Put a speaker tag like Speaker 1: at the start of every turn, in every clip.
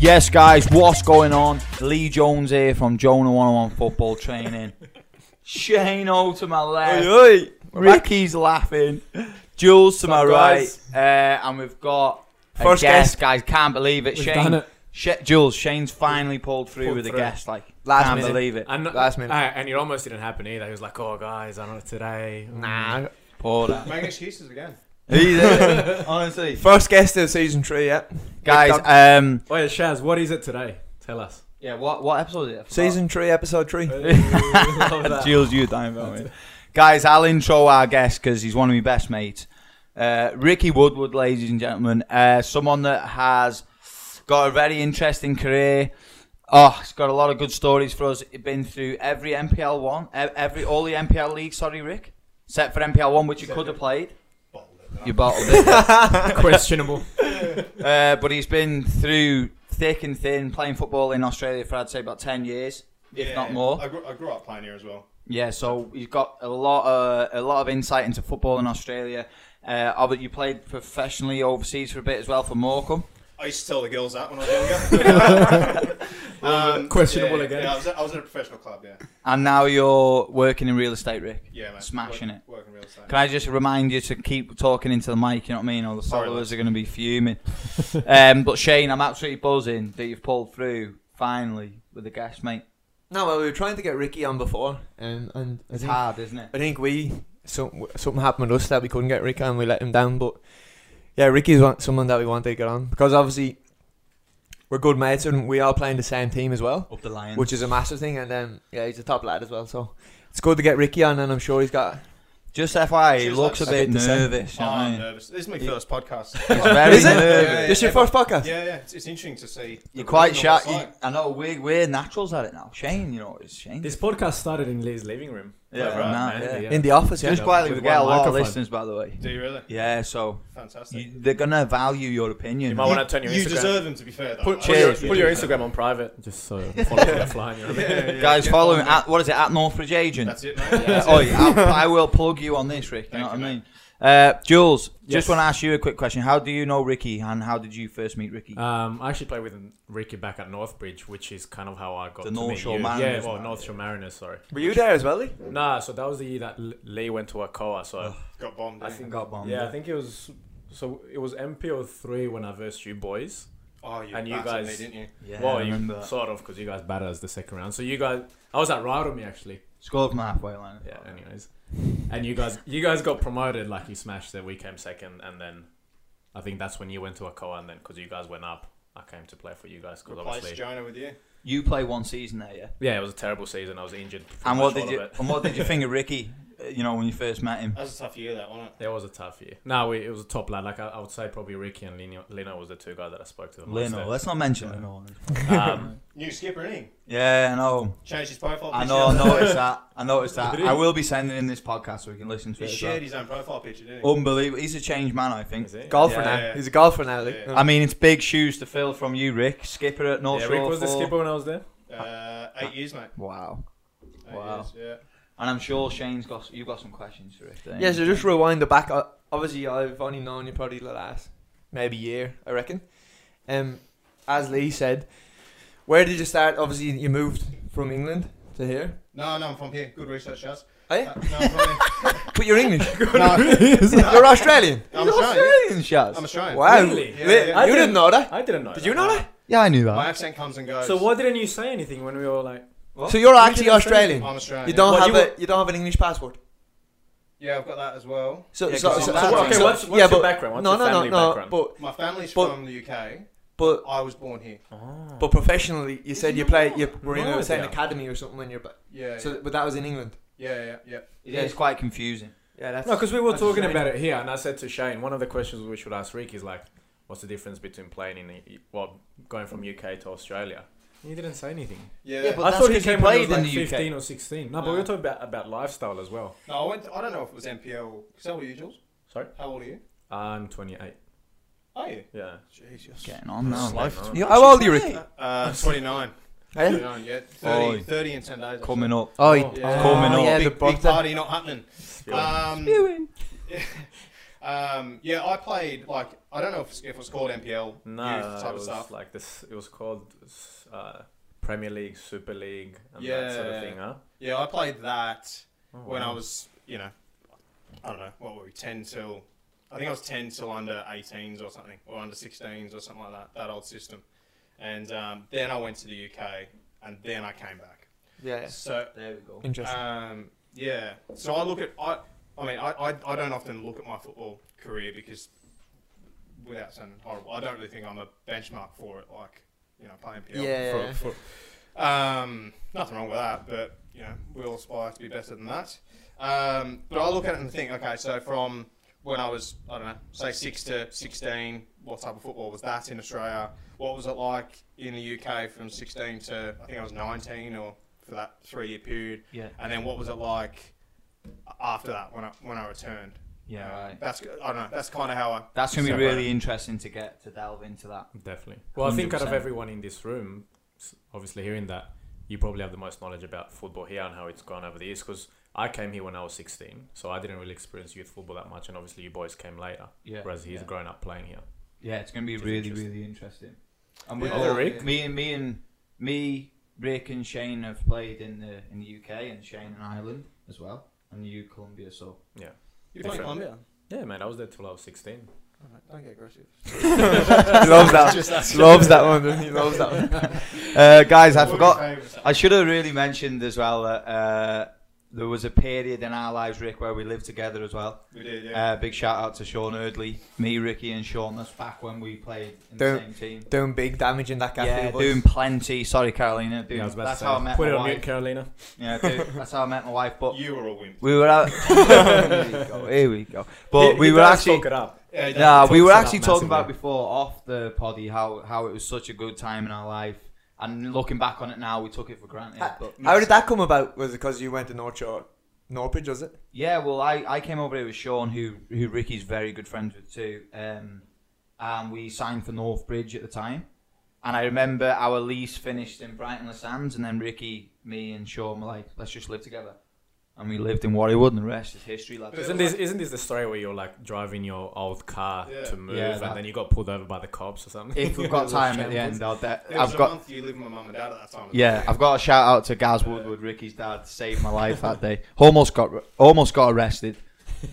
Speaker 1: Yes, guys, what's going on? Lee Jones here from Jonah 101 Football Training. Shane O to my left.
Speaker 2: Oi,
Speaker 1: Ricky's laughing. Jules to my
Speaker 2: What's up,
Speaker 1: right.
Speaker 2: guys?
Speaker 1: Uh, and we've got a
Speaker 2: First
Speaker 1: guest, guys. Can't believe it.
Speaker 3: We've
Speaker 1: Shane.
Speaker 3: done it.
Speaker 1: Sh- Jules, Shane's finally pulled through
Speaker 2: Pulled
Speaker 1: with a
Speaker 2: through.
Speaker 1: guest. Like,
Speaker 2: Last
Speaker 1: can't
Speaker 2: minute.
Speaker 1: believe it.
Speaker 3: And
Speaker 2: Last minute.
Speaker 3: Aye, and it almost didn't happen either. He was like, "Oh, guys, I don't know today." Mm.
Speaker 2: Nah.
Speaker 1: Poor lad.
Speaker 4: Making excuses again.
Speaker 1: Honestly.
Speaker 2: First guest of season three, yeah. Big dog.
Speaker 1: Guys, um,
Speaker 3: Wait, Oh, Shaz, what is it today? Tell us.
Speaker 1: yeah, what, what episode is it? I forgot.
Speaker 2: season three, episode three.
Speaker 1: Jules, you dying about me. Guys, I'll intro our guest because he's one of my best mates. Uh, Ricky Woodward, ladies and gentlemen, uh, someone that has got a very interesting career. Oh, he's got a lot of good stories for us. He's Been through every NPL one, e- every all the NPL leagues. Sorry, Rick, except for NPL one, which you could have played. You bottled it.
Speaker 3: Questionable.
Speaker 1: Uh, but he's been through thick and thin playing football in Australia for I'd say about ten years, if not more.
Speaker 4: I grew, I grew up playing here as well.
Speaker 1: Yeah, so you've got a lot of a lot of insight into football in Australia. Uh, Albert, you played professionally overseas for a bit as well for Morecambe.
Speaker 4: I used to tell the girls that when I was younger. um,
Speaker 3: Questionable
Speaker 4: yeah,
Speaker 3: again.
Speaker 4: Yeah, I was, at, I was at a professional club, yeah.
Speaker 1: and now you're working in real estate, Rick.
Speaker 4: Yeah, mate.
Speaker 1: Smashing
Speaker 4: Work-
Speaker 1: it.
Speaker 4: Working real estate.
Speaker 1: Can I just remind you to keep talking into the mic? You know what I mean? Or the
Speaker 4: Sorry,
Speaker 1: followers are going to be fuming. um, but Shane, I'm absolutely buzzing that you've pulled through finally with the guest, mate.
Speaker 2: no, well, we were trying to get Ricky on before, and and I
Speaker 1: It's
Speaker 2: think,
Speaker 1: hard, isn't it?
Speaker 2: I think we some, something happened with us that we couldn't get Ricky, and we let him down. But yeah, Ricky's one- someone that we want to get on because obviously we're good mates, and we are playing the same team as well.
Speaker 1: Up the lion.
Speaker 4: Mm.
Speaker 2: which is a massive thing. And then yeah, he's a top lad as well, so it's good to get Ricky on, and I'm sure he's got.
Speaker 1: Just FYI, he
Speaker 4: She's
Speaker 1: looks a
Speaker 4: like-
Speaker 1: bit
Speaker 2: I think the same.
Speaker 1: nervous. you
Speaker 4: Oh,
Speaker 1: know what I
Speaker 4: I'm
Speaker 1: mean?
Speaker 4: nervous. This is my first podcast.
Speaker 1: He's very
Speaker 2: Is it?
Speaker 1: nervous.
Speaker 4: Yeah,
Speaker 2: this your
Speaker 4: yeah.
Speaker 2: first podcast?
Speaker 4: Yeah, yeah. It's, it's interesting to see.
Speaker 1: You're quite
Speaker 4: sharp.
Speaker 1: sharp. You, I know we're, we're naturals at it now. Shane, you know, it's Shane.
Speaker 3: This podcast started in Lee's living room.
Speaker 1: Yeah,
Speaker 4: right,
Speaker 1: nah, yeah.
Speaker 2: In the office, yeah.
Speaker 1: Just quietly, we
Speaker 3: With
Speaker 1: get a
Speaker 3: one
Speaker 1: lot of
Speaker 3: microphone.
Speaker 1: listeners, by the way.
Speaker 4: Do you really?
Speaker 1: Yeah, so
Speaker 4: Fantastic.
Speaker 1: you, they're gonna value your opinion.
Speaker 3: You might want to turn your
Speaker 4: You
Speaker 3: Instagram.
Speaker 4: deserve them, to be fair, though.
Speaker 3: Put,
Speaker 4: Like,
Speaker 3: put, your,
Speaker 1: Cheers.
Speaker 3: put your Instagram on private, just so followers are flying. You know what I mean?
Speaker 4: yeah, yeah,
Speaker 1: Guys,
Speaker 4: yeah.
Speaker 1: follow him at what is it at Northbridge Agent?
Speaker 4: That's it, mate. Yeah,
Speaker 1: Yeah,
Speaker 4: that's
Speaker 1: oh,
Speaker 4: it.
Speaker 1: yeah, I'll- I will plug you on this, Rick. You
Speaker 4: Thank
Speaker 1: know what
Speaker 4: you,
Speaker 1: I
Speaker 4: mate.
Speaker 1: mean? Uh, Jules, just
Speaker 3: Yes.
Speaker 1: want to ask you a quick question. How do you know Ricky, and how did you first meet Ricky?
Speaker 3: Um, I actually played with Ricky back at Northbridge, which is kind of how I got
Speaker 1: The
Speaker 3: to
Speaker 1: North
Speaker 3: meet
Speaker 1: Shore
Speaker 3: you.
Speaker 1: Mariners,
Speaker 3: Yeah, well,
Speaker 1: man.
Speaker 3: North Shore Mariners. Sorry.
Speaker 2: Were you there as well? Lee?
Speaker 3: Nah, so that was the year that L- Lee went to Akoa. So
Speaker 4: Got bombed.
Speaker 3: I
Speaker 4: eh?
Speaker 3: think-
Speaker 1: got bombed.
Speaker 3: yeah, I think it was. So it was MPO three when I versed you boys.
Speaker 4: Oh, you
Speaker 3: And you
Speaker 4: battered
Speaker 3: guys-
Speaker 4: me, didn't you?
Speaker 1: yeah,
Speaker 3: well,
Speaker 1: I
Speaker 3: you
Speaker 1: remember. that.
Speaker 3: sort of because you guys batted us the second round. So you guys, I was at Ryotomi actually.
Speaker 1: Scored from the halfway line.
Speaker 3: Yeah. Anyways, and you guys, you guys got promoted. Like you smashed it. We came second, and then I think that's when you went to Akoa, and then because you guys went up, I came to play for you guys because
Speaker 4: Replaced
Speaker 3: obviously,
Speaker 4: Jonah with you.
Speaker 1: You play one season there, yeah.
Speaker 3: yeah, it was a terrible season. I was injured. for
Speaker 1: And
Speaker 3: much
Speaker 1: what did
Speaker 3: all
Speaker 1: you
Speaker 3: of it.
Speaker 1: and what did you think of Ricky? uh, You know, when you first met him.
Speaker 4: That was a tough year, that, wasn't it?
Speaker 3: That was a tough year. No, we, it was a top lad. Like I, I would say, probably Ricky and Lino, Lino was the two guys that I spoke to the most.
Speaker 1: Leno, let's not mention Leno.
Speaker 3: Um,
Speaker 4: New skipper, innit?
Speaker 1: Yeah, I know.
Speaker 4: Changed his profile
Speaker 1: I
Speaker 4: picture.
Speaker 1: know. I noticed that. I noticed that. I will be sending in this podcast so we can listen to
Speaker 4: He
Speaker 1: it. as well.
Speaker 4: shared his own profile picture, didn't he?
Speaker 1: Unbelievable. He's a changed man, I think.
Speaker 3: is it?
Speaker 2: Golfer
Speaker 1: Yeah,
Speaker 2: now.
Speaker 4: yeah.
Speaker 2: He's a golfer now. Lee.
Speaker 4: Yeah.
Speaker 1: I mean, it's big shoes to fill from you, Rick. Skipper at North
Speaker 3: Yeah,
Speaker 1: Shore.
Speaker 3: Rick was the
Speaker 1: for-
Speaker 3: skipper when I was there.
Speaker 4: Uh, eight years, mate.
Speaker 1: Wow.
Speaker 4: Eight
Speaker 1: Wow.
Speaker 4: Years, yeah.
Speaker 1: And I'm sure Shane's got. You've got some questions for Rick. don't
Speaker 2: Yeah,
Speaker 1: you?
Speaker 2: so just rewind the back. uh, Obviously, I've only known you probably the last maybe year, I reckon. Um, as Lee said, where did you start? Obviously, you moved from England to here.
Speaker 4: No, no, I'm from here. Good research, Shaz.
Speaker 2: Oh,
Speaker 4: Uh,
Speaker 2: yeah?
Speaker 4: no, I'm from here.
Speaker 2: But you're English.
Speaker 4: no,
Speaker 2: you're Australian.
Speaker 4: I'm
Speaker 1: He's
Speaker 4: Australian.
Speaker 1: Australian, Shaz.
Speaker 4: I'm Australian.
Speaker 2: Wow.
Speaker 3: Really?
Speaker 4: Yeah,
Speaker 2: Li-
Speaker 4: yeah, yeah.
Speaker 2: You didn't know that.
Speaker 3: I didn't know.
Speaker 2: Did you know that?
Speaker 1: yeah, I knew that.
Speaker 4: My accent comes and goes.
Speaker 3: So why didn't you say anything when we were like?
Speaker 1: What?
Speaker 2: So you're
Speaker 3: You
Speaker 2: actually
Speaker 3: didn't understand
Speaker 2: Australian.
Speaker 4: I'm Australian.
Speaker 2: You don't
Speaker 3: Well,
Speaker 2: have
Speaker 3: you
Speaker 2: a you don't have an English passport.
Speaker 4: Yeah, I've got that as well.
Speaker 2: So,
Speaker 1: Yeah,
Speaker 2: so,
Speaker 1: 'cause
Speaker 2: so,
Speaker 1: you're
Speaker 2: so-
Speaker 1: Latin. Okay,
Speaker 2: so-
Speaker 3: what's- what's
Speaker 2: yeah,
Speaker 3: your
Speaker 2: but-
Speaker 3: background? What's
Speaker 2: no,
Speaker 3: your
Speaker 2: no,
Speaker 3: family
Speaker 2: no,
Speaker 3: background?
Speaker 2: no.
Speaker 4: My family's
Speaker 2: But-
Speaker 4: from the UK,
Speaker 2: But
Speaker 4: but I was born here.
Speaker 1: Oh.
Speaker 2: but but professionally, you said you played. You were in
Speaker 3: No
Speaker 2: a certain
Speaker 3: idea.
Speaker 2: academy or something when you're. Ba-
Speaker 4: Yeah.
Speaker 2: so, but that was in England.
Speaker 4: yeah, yeah, yeah.
Speaker 1: Yeah, it's quite confusing.
Speaker 2: Yeah, that's
Speaker 3: No, because we were
Speaker 2: That's
Speaker 3: talking
Speaker 2: insane.
Speaker 3: about it here, and I said to Shane, one of the questions we should ask Rick is like, what's the difference between playing in, the- well, going from UK to Australia? He didn't say anything.
Speaker 4: Yeah.
Speaker 1: Yeah, but-
Speaker 3: I
Speaker 1: that's
Speaker 3: thought he
Speaker 1: 'cause he
Speaker 3: came when he was
Speaker 1: played in
Speaker 3: like
Speaker 1: the UK.
Speaker 3: 15 or 16. No, but we were
Speaker 4: No.
Speaker 3: talking about, about lifestyle as well.
Speaker 4: no, I went. I don't know if it was NPL. Is that what you, Jules?
Speaker 3: Sorry?
Speaker 4: How old are you?
Speaker 3: I'm 28.
Speaker 4: Are you?
Speaker 3: Yeah.
Speaker 4: Jesus.
Speaker 1: Getting on now.
Speaker 3: Slow.
Speaker 2: You- How old are you, Ricky?
Speaker 4: Uh, Uh, 29.
Speaker 2: Eh?
Speaker 4: 29, yeah.
Speaker 1: Oi.
Speaker 4: 30, 30 in 10 days.
Speaker 1: Coming up.
Speaker 2: Oh,
Speaker 3: yeah.
Speaker 4: Yeah.
Speaker 1: Coming up.
Speaker 2: Yeah,
Speaker 4: big,
Speaker 2: the
Speaker 4: big
Speaker 2: birthday.
Speaker 1: Uh,
Speaker 4: party not happening. Um,
Speaker 1: Spewing.
Speaker 4: uh, Um, yeah, I played like I don't know if, if it was called NPL
Speaker 3: No,
Speaker 4: youth
Speaker 3: no, it
Speaker 4: type of
Speaker 3: was
Speaker 4: stuff.
Speaker 3: like this. It was called uh, Premier League, Super League, and that sort
Speaker 4: Yeah.
Speaker 3: of thing, huh?
Speaker 4: yeah, I played that
Speaker 3: Oh,
Speaker 4: when
Speaker 3: wow.
Speaker 4: I was you know I don't know what were we ten till I think I was ten till under 18s or something or under 16s or something like that that old system, and um, then I went to the UK and then I came back.
Speaker 2: Yeah.
Speaker 4: So
Speaker 1: There we go.
Speaker 2: Interesting.
Speaker 4: Um, yeah. So I look at I. I mean, I, I, I don't often look at my football career because, without sounding horrible, I don't really think I'm a benchmark for it. Like, you know, playing PL.
Speaker 2: Yeah.
Speaker 4: For, for, um, nothing wrong with that, but you know, we all aspire to be better than that. Um, but I look at it and think, okay, so from when I was, I don't know, say six to sixteen, what type of football was that in Australia? What was it like in the UK from sixteen to I think I was nineteen or for that three year period?
Speaker 1: Yeah.
Speaker 4: and then what was it like after that when I when I returned?
Speaker 1: Yeah,
Speaker 4: Uh,
Speaker 1: right.
Speaker 4: That's I don't know. That's kind of how I.
Speaker 1: That's gonna be
Speaker 4: separate
Speaker 1: really interesting to get to delve into that.
Speaker 3: Definitely. Well, I think out of
Speaker 1: 100%.
Speaker 3: everyone in this room, s- obviously hearing that, you probably have the most knowledge about football here and how it's gone over the years. Because I came here when I was 16, so I didn't really experience youth football that much, and obviously you boys came later.
Speaker 1: Yeah.
Speaker 3: Whereas he's
Speaker 1: yeah.
Speaker 3: grown up playing here.
Speaker 1: Yeah, it's gonna be
Speaker 3: Which is
Speaker 1: really,
Speaker 3: interesting.
Speaker 1: really interesting. And we
Speaker 4: Yeah.
Speaker 1: all,
Speaker 4: Oh, Rick?
Speaker 1: me and me and me, Rick and Shane have played in the in the UK and Shane in Ireland as well. And you Colombia, so
Speaker 4: You played
Speaker 3: Different.
Speaker 4: Colombia.
Speaker 3: Yeah, man, I was there till I was 16.
Speaker 2: oh, Don't get aggressive.
Speaker 1: loves that. loves that one.
Speaker 2: He loves that one.
Speaker 1: Uh, guys, I
Speaker 4: What were
Speaker 1: forgot.
Speaker 4: your favourites?
Speaker 1: I should have really mentioned as well that uh, there was a period in our lives, Rick, where we lived together as well.
Speaker 4: We did, yeah.
Speaker 1: Uh, big shout out to Sean Erdley, me, Ricky, and Sean. That's back when we played in the
Speaker 2: Don't-
Speaker 1: same team.
Speaker 2: Doing big damage in that cafe.
Speaker 1: Yeah,
Speaker 2: boys.
Speaker 1: doing plenty. Sorry, Carolina. Doing,
Speaker 3: Yeah, I was about to
Speaker 1: that's
Speaker 3: say,
Speaker 1: how I met
Speaker 3: Put
Speaker 1: my
Speaker 3: it on
Speaker 1: wife.
Speaker 3: mute, Carolina.
Speaker 1: Yeah, dude, that's how I met my wife. But
Speaker 4: you were a wimp.
Speaker 1: Uh, we were out. here we go. Here we go. But
Speaker 3: He-
Speaker 1: we
Speaker 3: he
Speaker 1: were
Speaker 3: does
Speaker 1: actually.
Speaker 3: talk it up.
Speaker 4: Yeah,
Speaker 1: Nah, we
Speaker 3: talks
Speaker 1: were
Speaker 3: it up
Speaker 1: actually talking about
Speaker 3: massively.
Speaker 1: before off the poddy how how it was such a good time in our life, and looking back on it now, we took it for granted.
Speaker 2: Ha-
Speaker 1: But
Speaker 2: How did that come about? Was it because you went to North Shore? Northbridge, was it?
Speaker 1: yeah, well, I, I came over here with Sean, who who Ricky's very good friends with too, um, and we signed for Northbridge at the time, and I remember our lease finished in Brighton Le Sands, and then Ricky, me, and Sean were like, let's just live together, and we lived in Warriewood, and the rest is history. Lads.
Speaker 4: Yeah,
Speaker 3: Isn't this isn't this the story where you're like driving your old car
Speaker 4: Yeah.
Speaker 3: to move
Speaker 1: Yeah, that-
Speaker 3: and then you got pulled over by the cops or something?
Speaker 1: If we've got time at the end, I'll de-
Speaker 4: There was
Speaker 1: I've
Speaker 4: a
Speaker 1: got
Speaker 4: month you lived with my mum and dad at that time.
Speaker 1: Yeah, I've got a shout out to Gaz Woodward, Ricky's dad, saved my life that day. Almost got almost got arrested.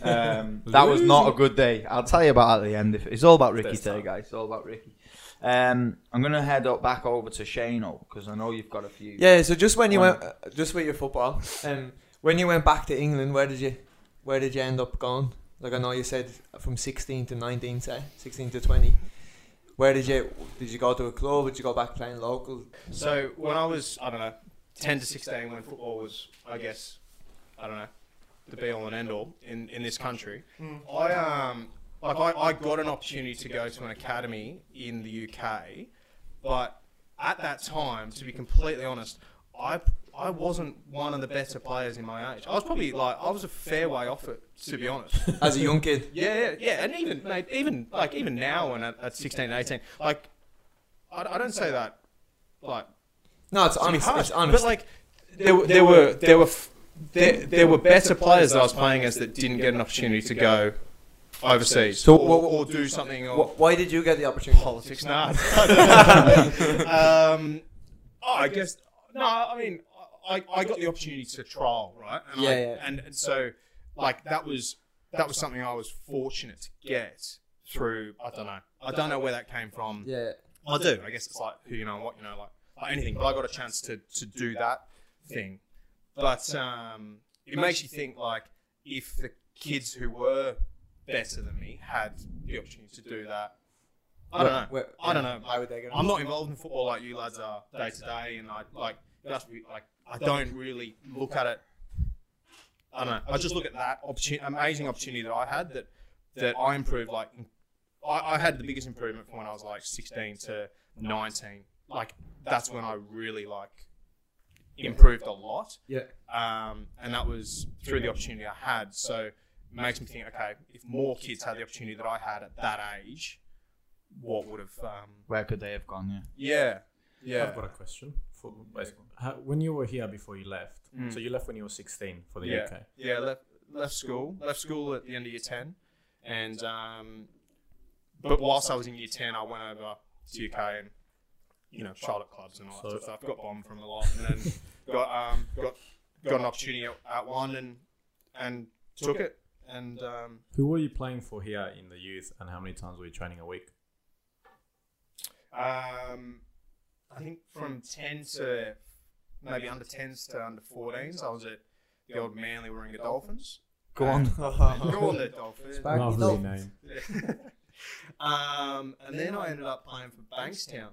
Speaker 1: Um, that was not a good day. I'll tell you about it at the end. If, it's all about Ricky
Speaker 3: This
Speaker 1: today,
Speaker 3: time.
Speaker 1: guys. It's all about Ricky. Um, I'm gonna head up back over to Shano because I know you've got a few.
Speaker 2: Yeah. So just when you
Speaker 1: When-
Speaker 2: went, uh, just with your football, um, when you went back to England, where did you, where did you end up going? Like I know you said from 16 to 19, say 16 to 20. Where did you did you go to a club? Did you go back playing local?
Speaker 4: So when I was, I don't know, 10 to 16, when football was, I guess, I don't know, the be all and end all in, in this country, I um like I, I got an opportunity to go to an academy in the UK, but at that time, to be completely honest, I I wasn't one of the better players in my age. I was probably like I was a fair way off it, to be honest.
Speaker 2: As a young kid,
Speaker 4: Yeah, yeah, yeah. And even, mate, even like even now, when at, at 16, 18, like I, I don't say that like
Speaker 2: no, it's
Speaker 4: it's
Speaker 2: honest.
Speaker 4: harsh,
Speaker 2: It's honest.
Speaker 4: But like, there, were- there were there were f- there, there were better players that I was playing as that didn't get an opportunity to go overseas
Speaker 2: So
Speaker 4: so,
Speaker 2: what-
Speaker 4: or, or do something or
Speaker 2: Wh- why did you get the opportunity?
Speaker 4: politics. Nah. um, oh, I guess no. I mean, I, I got the opportunity to trial, right? And I,
Speaker 2: Yeah, yeah.
Speaker 4: And, and so, like, that was that was something I was fortunate to get through. I don't know. I don't know where that came from.
Speaker 2: Yeah.
Speaker 4: I do. I guess it's like who you know, and what you know, like, like anything. But I got a chance to, to do that thing. But um, it makes you think like if the kids who were better than me had the opportunity to do that. I don't know.
Speaker 2: Where-
Speaker 4: I don't know.
Speaker 2: How would they get on?
Speaker 4: I'm not involved in football like you lads are day to day, and I like that's re- like I don't really look at it. I don't know. I just look at that opportunity, amazing opportunity that I had that that I improved. Like I, I had the biggest improvement from when I was like 16 to 19. Like that's when I really like improved a lot.
Speaker 2: Yeah.
Speaker 4: Um, and that was through the opportunity I had. So it makes me think, okay, if more kids had the opportunity that I had at that age, what would have um,
Speaker 1: Where could they have gone? Yeah.
Speaker 4: yeah.
Speaker 3: I've got a question. For, how, when you were here before you left,
Speaker 4: Mm.
Speaker 3: so you left when you were 16 for the
Speaker 4: Yeah.
Speaker 3: UK.
Speaker 4: Yeah, left, left school. Left school at the end of year 10. And um, but whilst I was in year ten, I went over to UK and you know tried at clubs and all that
Speaker 3: So-
Speaker 4: sort of stuff. Got bombed from a lot, and then got um, got got an opportunity at, at one and and took it. And um,
Speaker 3: Who were you playing for here in the youth, and how many times were you training a week?
Speaker 4: Um, I think from 10 to maybe under 10s to under 14s, I was at the old Manly Warringah Dolphins.
Speaker 1: Go on.
Speaker 3: Uh-huh.
Speaker 4: Go on, the Dolphins.
Speaker 2: Back Lovely in the-
Speaker 3: name.
Speaker 4: um, and then I ended up playing for Bankstown.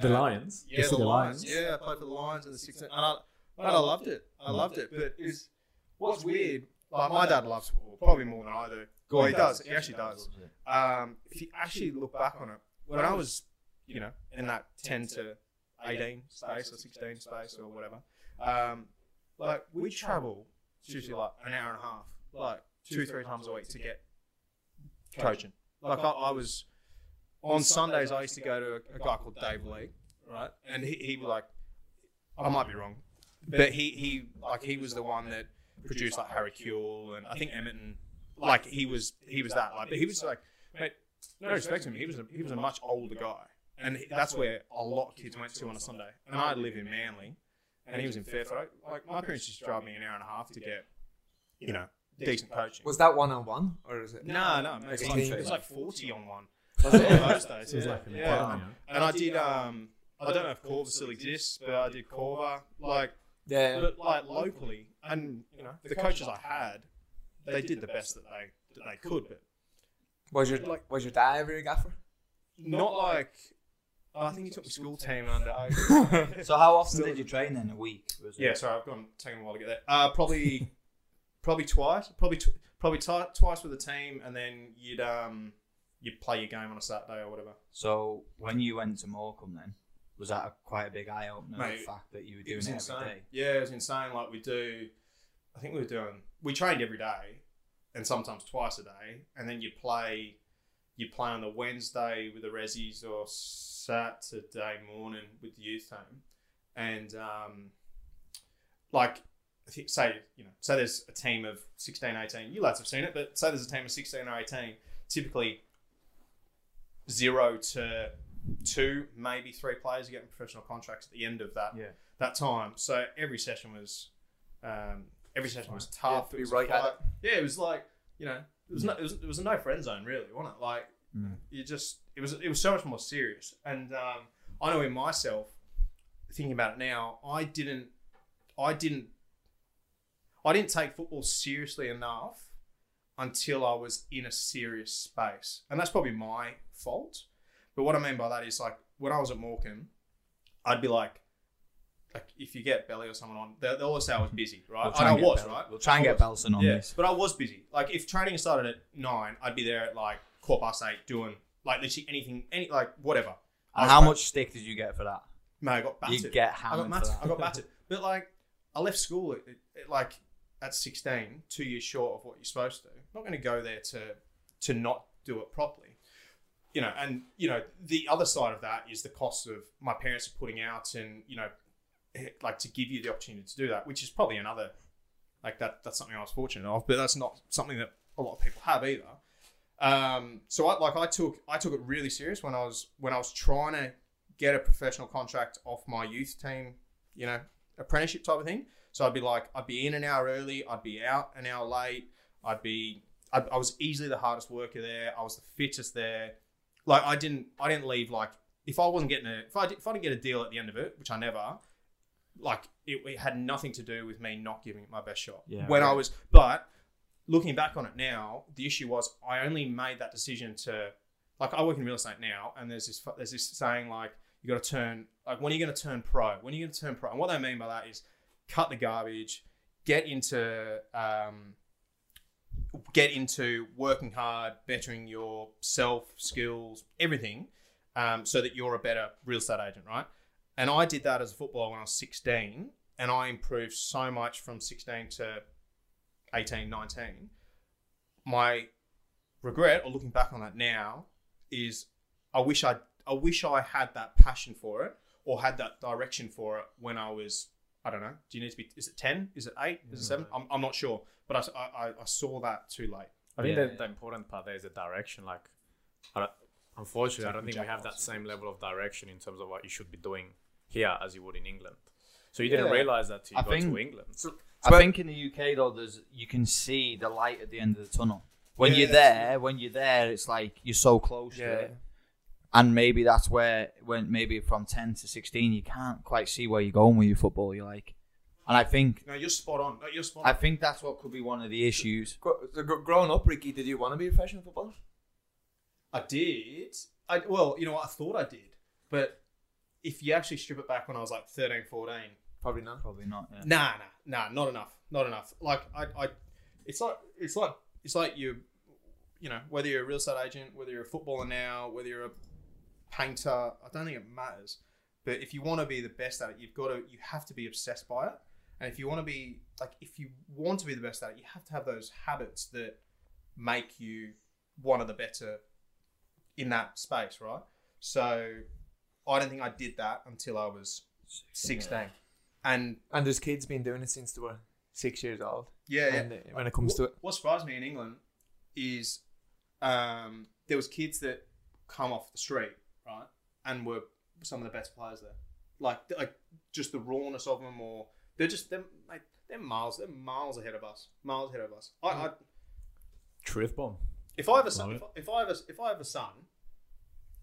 Speaker 3: The
Speaker 4: Uh,
Speaker 3: Lions.
Speaker 4: Yeah, the Lions. Yeah, I played for the Lions in the 16. And I, but I loved it. I loved it. But it's what's weird. Like my dad loves football, probably more than I do. Well, he does. He actually does. Um, if you actually look back on it, when I was, you know, in that 10 to 18 space or 16 space or whatever, um, like we travel it's usually like an hour and a half, like two, three times a week to get coaching. Like I, I was on Sundays, I used to go to a, a guy called Dave Lee, right? And he, he would, like, I might be wrong, but he, he like he was the one that produced like Harry Kuehl and I think Edmonton. Like he was he was that like, but he was like, mate, no respect to him. He was a, he was a much older guy, and he- that's where a lot of kids went to on a Sunday. And I live in Manly, and he was in Fairfield. Like my parents used to drive me an hour and a half to get, you know, decent coaching.
Speaker 2: Was that one on one or is it?
Speaker 4: No, no, it's like,
Speaker 2: Team.
Speaker 4: it was like forty on one.
Speaker 2: Was it?
Speaker 4: Those days,
Speaker 3: It was
Speaker 4: yeah.
Speaker 3: like an
Speaker 4: yeah.
Speaker 3: environment.
Speaker 4: And I did. Um, I don't know if Corva still exists, but I did Corva. Like,
Speaker 2: yeah.
Speaker 4: but like locally, and you know, the coaches I had, they did the best that they that they could, but
Speaker 2: Was your was your dad ever a gaffer?
Speaker 4: not like. I think he took my school team under.
Speaker 1: So how often did you train then? A week? Was it?
Speaker 4: yeah, sorry, I've gone taking a while to get there. Uh, probably, probably twice. Probably, tw- probably ti twice with the team, and then you'd um, you'd play your game on a Saturday or whatever.
Speaker 1: So when you went to Morecambe then, was that a, quite a big eye opener? The
Speaker 4: Mate,
Speaker 1: fact that you were
Speaker 4: it
Speaker 1: doing
Speaker 4: was
Speaker 1: it,
Speaker 4: insane.
Speaker 1: every day.
Speaker 4: Yeah, it was insane. Like we do, I think we were doing we trained every day, and sometimes twice a day, and then you play, you play on the Wednesday with the resis or Saturday morning with the youth team, and um, like. I think- Say you know, say there's a team of 16, 18. You lads have seen it, but say there's a team of 16 or 18. Typically, zero to two, maybe three players are getting professional contracts at the end of that
Speaker 1: Yeah.
Speaker 4: that time. So every session was um, every session was tough.
Speaker 2: Yeah,
Speaker 4: it was
Speaker 2: we right at
Speaker 4: like- yeah, it was like you know, it was no, it was, it was a no friend zone really, wasn't it? Like
Speaker 2: Mm.
Speaker 4: you just it was it was so much more serious. And um, I know in myself, thinking about it now, I didn't I didn't I didn't take football seriously enough until I was in a serious space. And that's probably my fault. But what I mean by that is like when I was at Morecambe, I'd be like, like if you get Belly or someone on, they they always say I was busy, right?
Speaker 1: We'll
Speaker 4: and
Speaker 1: try
Speaker 4: I
Speaker 1: and get
Speaker 4: was,
Speaker 1: Bel-
Speaker 4: right?
Speaker 1: We'll try and
Speaker 4: I
Speaker 1: get
Speaker 4: was.
Speaker 1: Belson on
Speaker 4: Yeah,
Speaker 1: this.
Speaker 4: but I was busy. Like if training started at nine, I'd be there at like quarter past eight doing like literally anything, any like whatever. I
Speaker 1: And
Speaker 4: was
Speaker 1: how
Speaker 4: back-
Speaker 1: much stick did you get for that?
Speaker 4: No, I got battered.
Speaker 1: You get
Speaker 4: I
Speaker 1: hammered for
Speaker 4: got battered.
Speaker 1: that.
Speaker 4: I got battered. But like I left school at, at, at, like at sixteen, two years short of what you're supposed to. I'm not going to go there to to not do it properly. You know, and you know the other side of that is the cost of my parents are putting out, and you know, eh, like to give you the opportunity to do that, which is probably another like that that's something I was fortunate of, but that's not something that a lot of people have either. Um, so I like I took I took it really serious when I was when I was trying to get a professional contract off my youth team, you know, apprenticeship type of thing. So I'd be like I'd be in an hour early, I'd be out an hour late, I'd be I, I was easily the hardest worker there, I was the fittest there. Like I didn't I didn't leave like if I wasn't getting a if I did, if I didn't get a deal at the end of it, which I never, like it, it had nothing to do with me not giving it my best shot.
Speaker 1: Yeah.
Speaker 4: when I was, but looking back on it now, the issue was I only made that decision to, like I work in real estate now, and there's this fu- there's this saying like you got to turn like when are you going to turn pro? When are you going to turn pro? And what they mean by that is cut the garbage, get into um, get into working hard, bettering yourself, skills, everything, um, so that you're a better real estate agent, right? And I did that as a footballer when I was 16, and I improved so much from 16 to 18, 19. My regret, or looking back on that now, is I wish I I wish I had that passion for it or had that direction for it when I was I don't know. Do you need to be? Is it ten? Is it eight? Is it seven? I'm, I'm not sure. But I, I, I saw that too late.
Speaker 3: I think
Speaker 1: Yeah.
Speaker 3: the, the important part there is the direction. Like, I don't, unfortunately, I don't think we have that same level of direction in terms of what you should be doing here as you would in England. So you didn't
Speaker 4: Yeah.
Speaker 3: realize that till you
Speaker 1: I
Speaker 3: got
Speaker 1: think-
Speaker 3: to England.
Speaker 1: I think in the UK though, there's you can see the light at the end of the tunnel. When you're
Speaker 4: Yeah.
Speaker 1: there, when you're there, it's like you're so close to it. And maybe that's where when maybe from ten to sixteen, you can't quite see where you're going with your football. You're like, and I think
Speaker 4: No, you're spot on. No, you're spot
Speaker 1: I
Speaker 4: on.
Speaker 1: think that's what could be one of the issues.
Speaker 2: Gro- so gr- growing up, Ricky, did you want to be a professional footballer?
Speaker 4: I did. I, well, you know what? I thought I did. But if you actually strip it back when I was like 13, 14,
Speaker 2: Probably not.
Speaker 1: Probably not. Yeah.
Speaker 4: nah, nah, nah, not enough. Not enough. Like, I, I it's like, it's like, it's like you, you know, whether you're a real estate agent, whether you're a footballer now, whether you're a painter, I don't think it matters. But if you want to be the best at it, you've got to, you have to be obsessed by it. And if you want to be, like, if you want to be the best at it, you have to have those habits that make you one of the better in that space, right? So I don't think I did that until I was 16. And
Speaker 2: And there's kids been doing it since they were six years old.
Speaker 4: yeah, yeah.
Speaker 2: And uh, when it comes to it,
Speaker 4: What- What surprised me in England is um, there was kids that come off the street, right, and were some of the best players there. Like, th- like just the rawness of them, or they're just they're, like, they're miles, they're miles ahead of us, miles ahead of us. I, I
Speaker 3: Truth bomb.
Speaker 4: if I have a son,
Speaker 3: Love
Speaker 4: if, I- if I have a, if I have a son,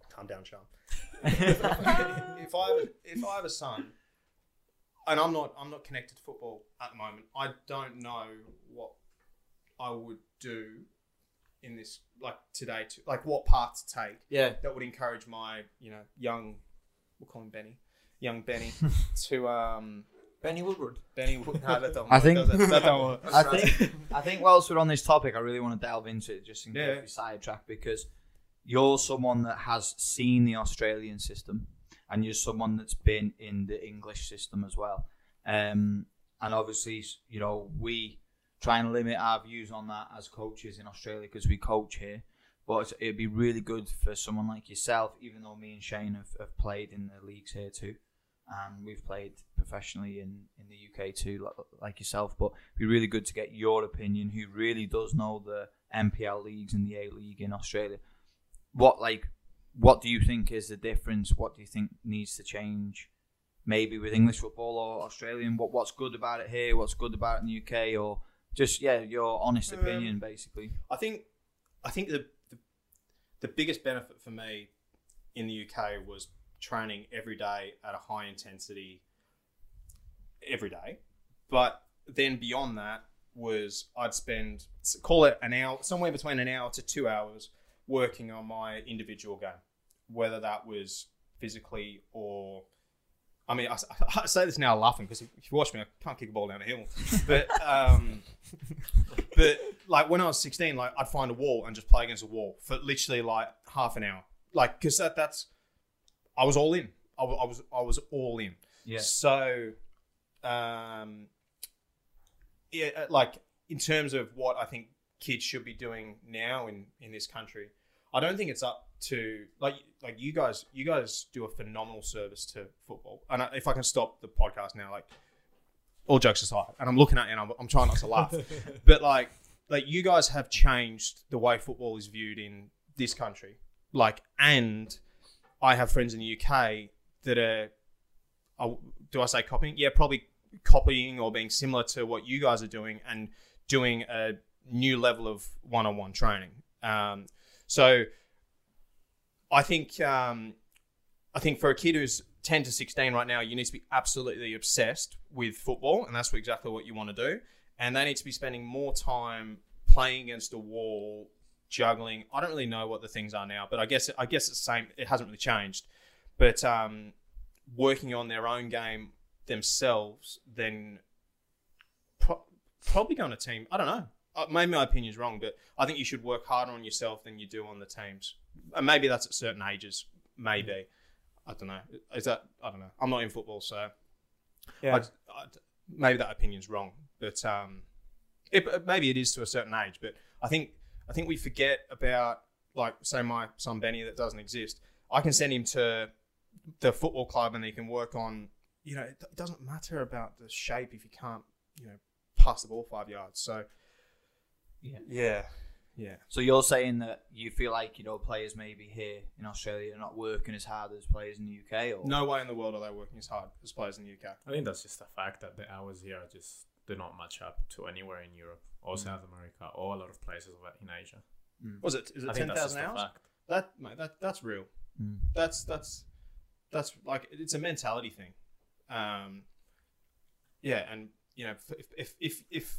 Speaker 4: calm down, Sean. if I have a, if I have a son, and I'm not I'm not connected to football at the moment, I don't know what I would do in this like today to like what path to take
Speaker 2: yeah,
Speaker 4: that would encourage my you know young we'll call him Benny young Benny to um
Speaker 2: Benny Woodward.
Speaker 4: Benny no, that don't
Speaker 1: I
Speaker 4: work,
Speaker 1: think-
Speaker 4: does it? that don't work.
Speaker 1: I think I think whilst we're on this topic, I really want to delve into it just in case
Speaker 4: Yeah.
Speaker 1: we sidetrack because you're someone that has seen the Australian system and you're someone that's been in the English system as well. Um, and obviously, you know, we try and limit our views on that as coaches in Australia because we coach here. But it's- it'd be really good for someone like yourself, even though me and Shane have, have played in the leagues here too and we've played professionally in, in the UK too, like, like yourself. But it'd be really good to get your opinion, who really does know the NPL leagues and the A League in Australia. What like, what do you think is the difference? What do you think needs to change? Maybe with English football or Australian. What what's good about it here? What's good about it in the UK? Or just yeah, your honest
Speaker 4: Um,
Speaker 1: opinion, basically.
Speaker 4: I think I think the, the the biggest benefit for me in the UK was training every day at a high intensity every day. But then beyond that was I'd spend call it an hour somewhere between an hour to 2 hours working on my individual game, whether that was physically or I mean, I, s- I say this now laughing because if you watch me, I can't kick a ball down a hill. But um, but like when I was 16, like I'd find a wall and just play against a wall for literally like half an hour. Like, cause that, that's, I was all in. I wa- I was, I was all in.
Speaker 1: Yeah.
Speaker 4: So, um, yeah, uh, like in terms of what I think kids should be doing now in in this country, I don't think it's up to like like you guys. You guys do a phenomenal service to football. And I, if I can stop the podcast now, like all jokes aside, and I'm looking at it and I'm, I'm trying not to laugh, but like like you guys have changed the way football is viewed in this country. Like, and I have friends in the UK that are I, do I say copying? Yeah, probably copying or being similar to what you guys are doing and doing a new level of one-on-one training. Um, so I think um, I think for a kid who's 10 to 16 right now, you need to be absolutely obsessed with football, and that's exactly what you want to do. And they need to be spending more time playing against a wall, juggling. I don't really know what the things are now, but I guess I guess it's the same. It hasn't really changed, but um, working on their own game themselves than pro- probably going to team. I don't know. Uh, maybe my opinion's wrong, but I think you should work harder on yourself than you do on the teams. And maybe that's at certain ages. Maybe. I don't know. Is that I don't know. I'm not in football, so
Speaker 2: Yeah,
Speaker 4: I'd, I'd, maybe that opinion's wrong. But um, it, maybe it is to a certain age. But I think I think we forget about like say my son Benny that doesn't exist. I can send him to the football club and he can work on. You know, it, it doesn't matter about the shape if you can't you know pass the ball five yards. So
Speaker 1: Yeah.
Speaker 4: yeah, Yeah.
Speaker 1: So you're saying that you feel like you know players maybe here in Australia are not working as hard as players in the UK, or
Speaker 4: No way in the world are they working as hard as players in the UK.
Speaker 3: I think that's just a fact that the hours here are just do not match up to anywhere in Europe or South America or a lot of places over in Asia.
Speaker 4: Was it? Is
Speaker 3: Hmm. I
Speaker 4: it
Speaker 3: think
Speaker 4: ten
Speaker 3: that's just
Speaker 4: thousand
Speaker 3: a
Speaker 4: hours?
Speaker 3: fact.
Speaker 4: That mate, that that's real.
Speaker 1: Mm.
Speaker 4: That's that's that's like it's a mentality thing. Um, yeah, and you know, if if if, if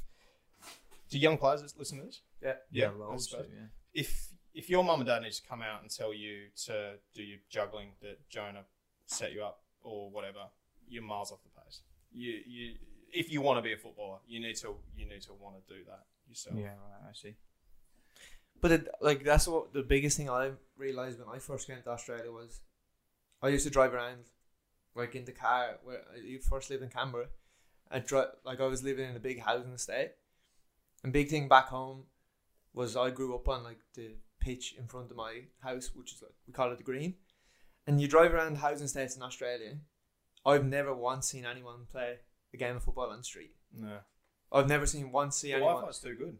Speaker 4: do young players that's listen to this?
Speaker 2: Yeah.
Speaker 4: yeah, I
Speaker 1: loads,
Speaker 4: suppose.
Speaker 1: yeah.
Speaker 4: If if your mum and dad needs to come out and tell you to do your juggling that Jonah set you up or whatever, you're miles off the pace. You you if you want to be a footballer, you need to you need to want to do that yourself.
Speaker 1: yeah, right, I see.
Speaker 2: But it, like that's what the biggest thing I realized when I first came to Australia was, I used to drive around, like in the car where I you first lived in Canberra, I drive like I was living in a big housing estate, and big thing back home, was I grew up on like the pitch in front of my house, which is like we call it the green, and you drive around housing estates in Australia, I've never once seen anyone play a game of football on the street.
Speaker 4: No,
Speaker 2: I've never seen once see
Speaker 4: the
Speaker 2: anyone.
Speaker 4: Wi-Fi's too good.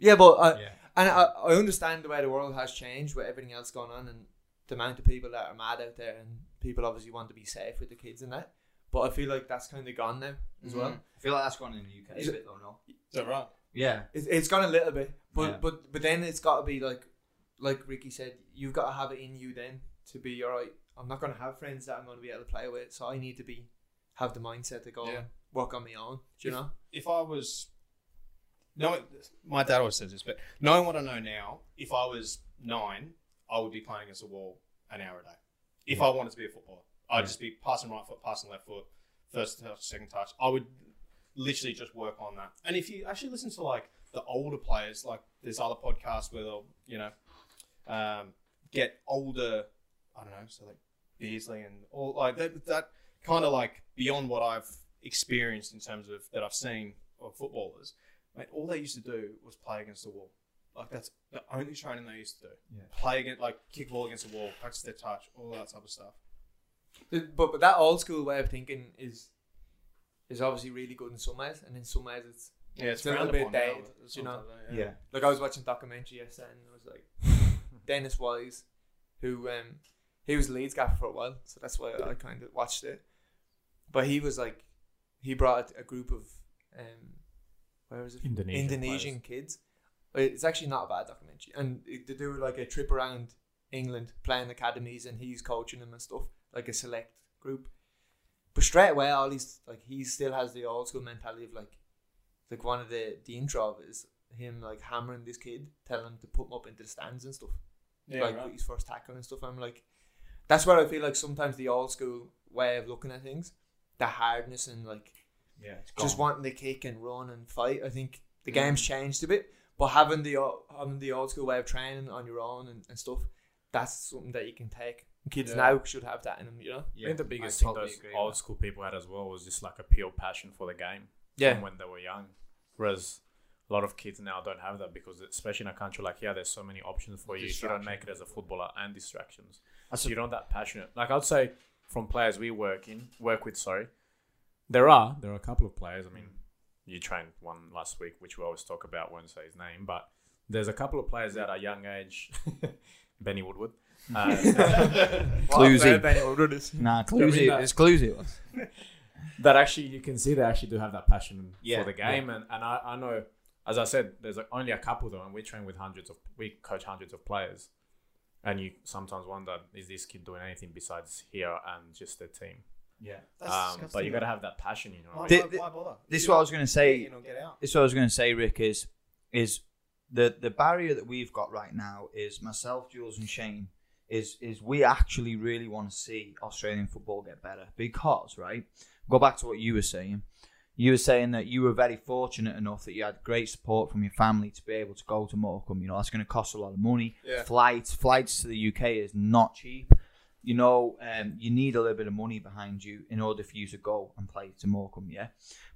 Speaker 2: Yeah, but I,
Speaker 3: Yeah.
Speaker 2: and I, I understand the way the world has changed with everything else going on and the amount of people that are mad out there and people obviously want to be safe with the kids and that. But I feel like that's kind of gone now as
Speaker 4: Mm.
Speaker 2: well.
Speaker 1: I feel like that's gone in the UK
Speaker 2: Is
Speaker 1: a
Speaker 2: it-
Speaker 1: bit though, no?
Speaker 4: Is that right?
Speaker 1: Yeah,
Speaker 2: It, it's gone a little bit, but
Speaker 1: Yeah.
Speaker 2: but but then it's got to be like, like Ricky said, you've got to have it in you then to be all right. I'm not going to have friends that I'm going to be able to play with, so I need to be have the mindset to go
Speaker 4: Yeah.
Speaker 2: and work on my own. Do you know?
Speaker 4: if I was no, my dad always says this, but knowing what I know now, if I was nine, I would be playing as a wall an hour a day. If I wanted to be a footballer, I'd just be passing right foot, passing left foot, first touch, second touch. I would literally just work on that. And if you actually listen to like the older players, like there's other podcasts where they'll you know um, get older. I don't know, so like Beasley and all like that, that kind of like beyond what I've experienced in terms of that I've seen of footballers. Mate, all they used to do was play against the wall. Like that's the only training they used to do.
Speaker 1: Yeah.
Speaker 4: Play against like kick ball against the wall, touch their touch, all that type of stuff.
Speaker 2: But but that old school way of thinking is is obviously really good in some ways, and in some ways it's
Speaker 4: Yeah, it's,
Speaker 2: It's a little
Speaker 4: frowned
Speaker 2: bit
Speaker 4: upon now,
Speaker 2: dated,
Speaker 4: but it's
Speaker 2: you
Speaker 4: not that, yeah.
Speaker 2: Like I was watching documentary yesterday, and it was like Dennis Wise, who um he was Leeds gaffer for a while, so that's why I kind of watched it. But he was like, he brought a group of um, where was it?
Speaker 3: Indonesian
Speaker 2: Indonesian kids. It's actually not a bad documentary, and it- they do like a trip around England, playing academies, and he's coaching them and stuff, like a select group. But straight away, all he's like, he still has the old school mentality of like, like one of the the intro of it is him like hammering this kid, telling him to put him up into the stands and stuff,
Speaker 4: Yeah,
Speaker 2: like
Speaker 4: right.
Speaker 2: with his first tackle and stuff. I'm like, that's where I feel like sometimes the old school way of looking at things, the hardness and like
Speaker 4: yeah. it's
Speaker 2: just
Speaker 4: gone.
Speaker 2: wanting to kick and run and fight. I think the game's changed a bit, but having the o- having the old school way of training on your own and, and stuff, that's something that you can take. Kids
Speaker 4: Yeah.
Speaker 2: now should have that in them, you know.
Speaker 1: yeah.
Speaker 3: I think the
Speaker 1: I
Speaker 3: biggest thing
Speaker 1: totally
Speaker 3: those
Speaker 1: agree with
Speaker 3: old
Speaker 1: that.
Speaker 3: school people had as well was just like a pure passion for the game. From when they were young, whereas a lot of kids now don't have that because especially in a country like here, there's so many options for you. If you don't make it as a footballer and distractions, so you're not that passionate. Like I'd say, from players we work in work with, sorry, there are there are a couple of players. I mean, you trained one last week, which we always talk about. Won't say his name, but there's a couple of players at a young age, Benny Woodward. Uh,
Speaker 1: Cluesy.
Speaker 2: Well, Benny Woodward is-
Speaker 1: Nah,
Speaker 3: mean
Speaker 1: Cluesy.
Speaker 3: that-
Speaker 1: It's Cluesy.
Speaker 3: that actually you can see they actually do have that passion
Speaker 1: Yeah,
Speaker 3: for the game and, and I, I know as I said there's like only a couple though and we train with hundreds of we coach hundreds of players and you sometimes wonder is this kid doing anything besides here and just the team
Speaker 1: Yeah.
Speaker 4: That's
Speaker 3: um, but
Speaker 4: disgusting. Oh.
Speaker 3: you gotta have that passion you know
Speaker 4: Why,
Speaker 3: right?
Speaker 1: Thi-
Speaker 4: why- why bother?
Speaker 1: This is
Speaker 4: You
Speaker 1: what I
Speaker 4: know,
Speaker 1: was gonna
Speaker 4: yeah,
Speaker 1: say.
Speaker 4: you know, get out.
Speaker 1: This is what I was going to say, Rick, is is the the barrier that we've got right now is myself, Jules, and Shane is is we actually really want to see Australian football get better because right, go back to what you were saying. You were saying that you were very fortunate enough that you had great support from your family to be able to go to Morecambe. You know that's going to cost a lot of money.
Speaker 4: Yeah.
Speaker 1: Flights, flights to the UK is not cheap. You know, um, you need a little bit of money behind you in order for you to go and play to Morecambe. Yeah,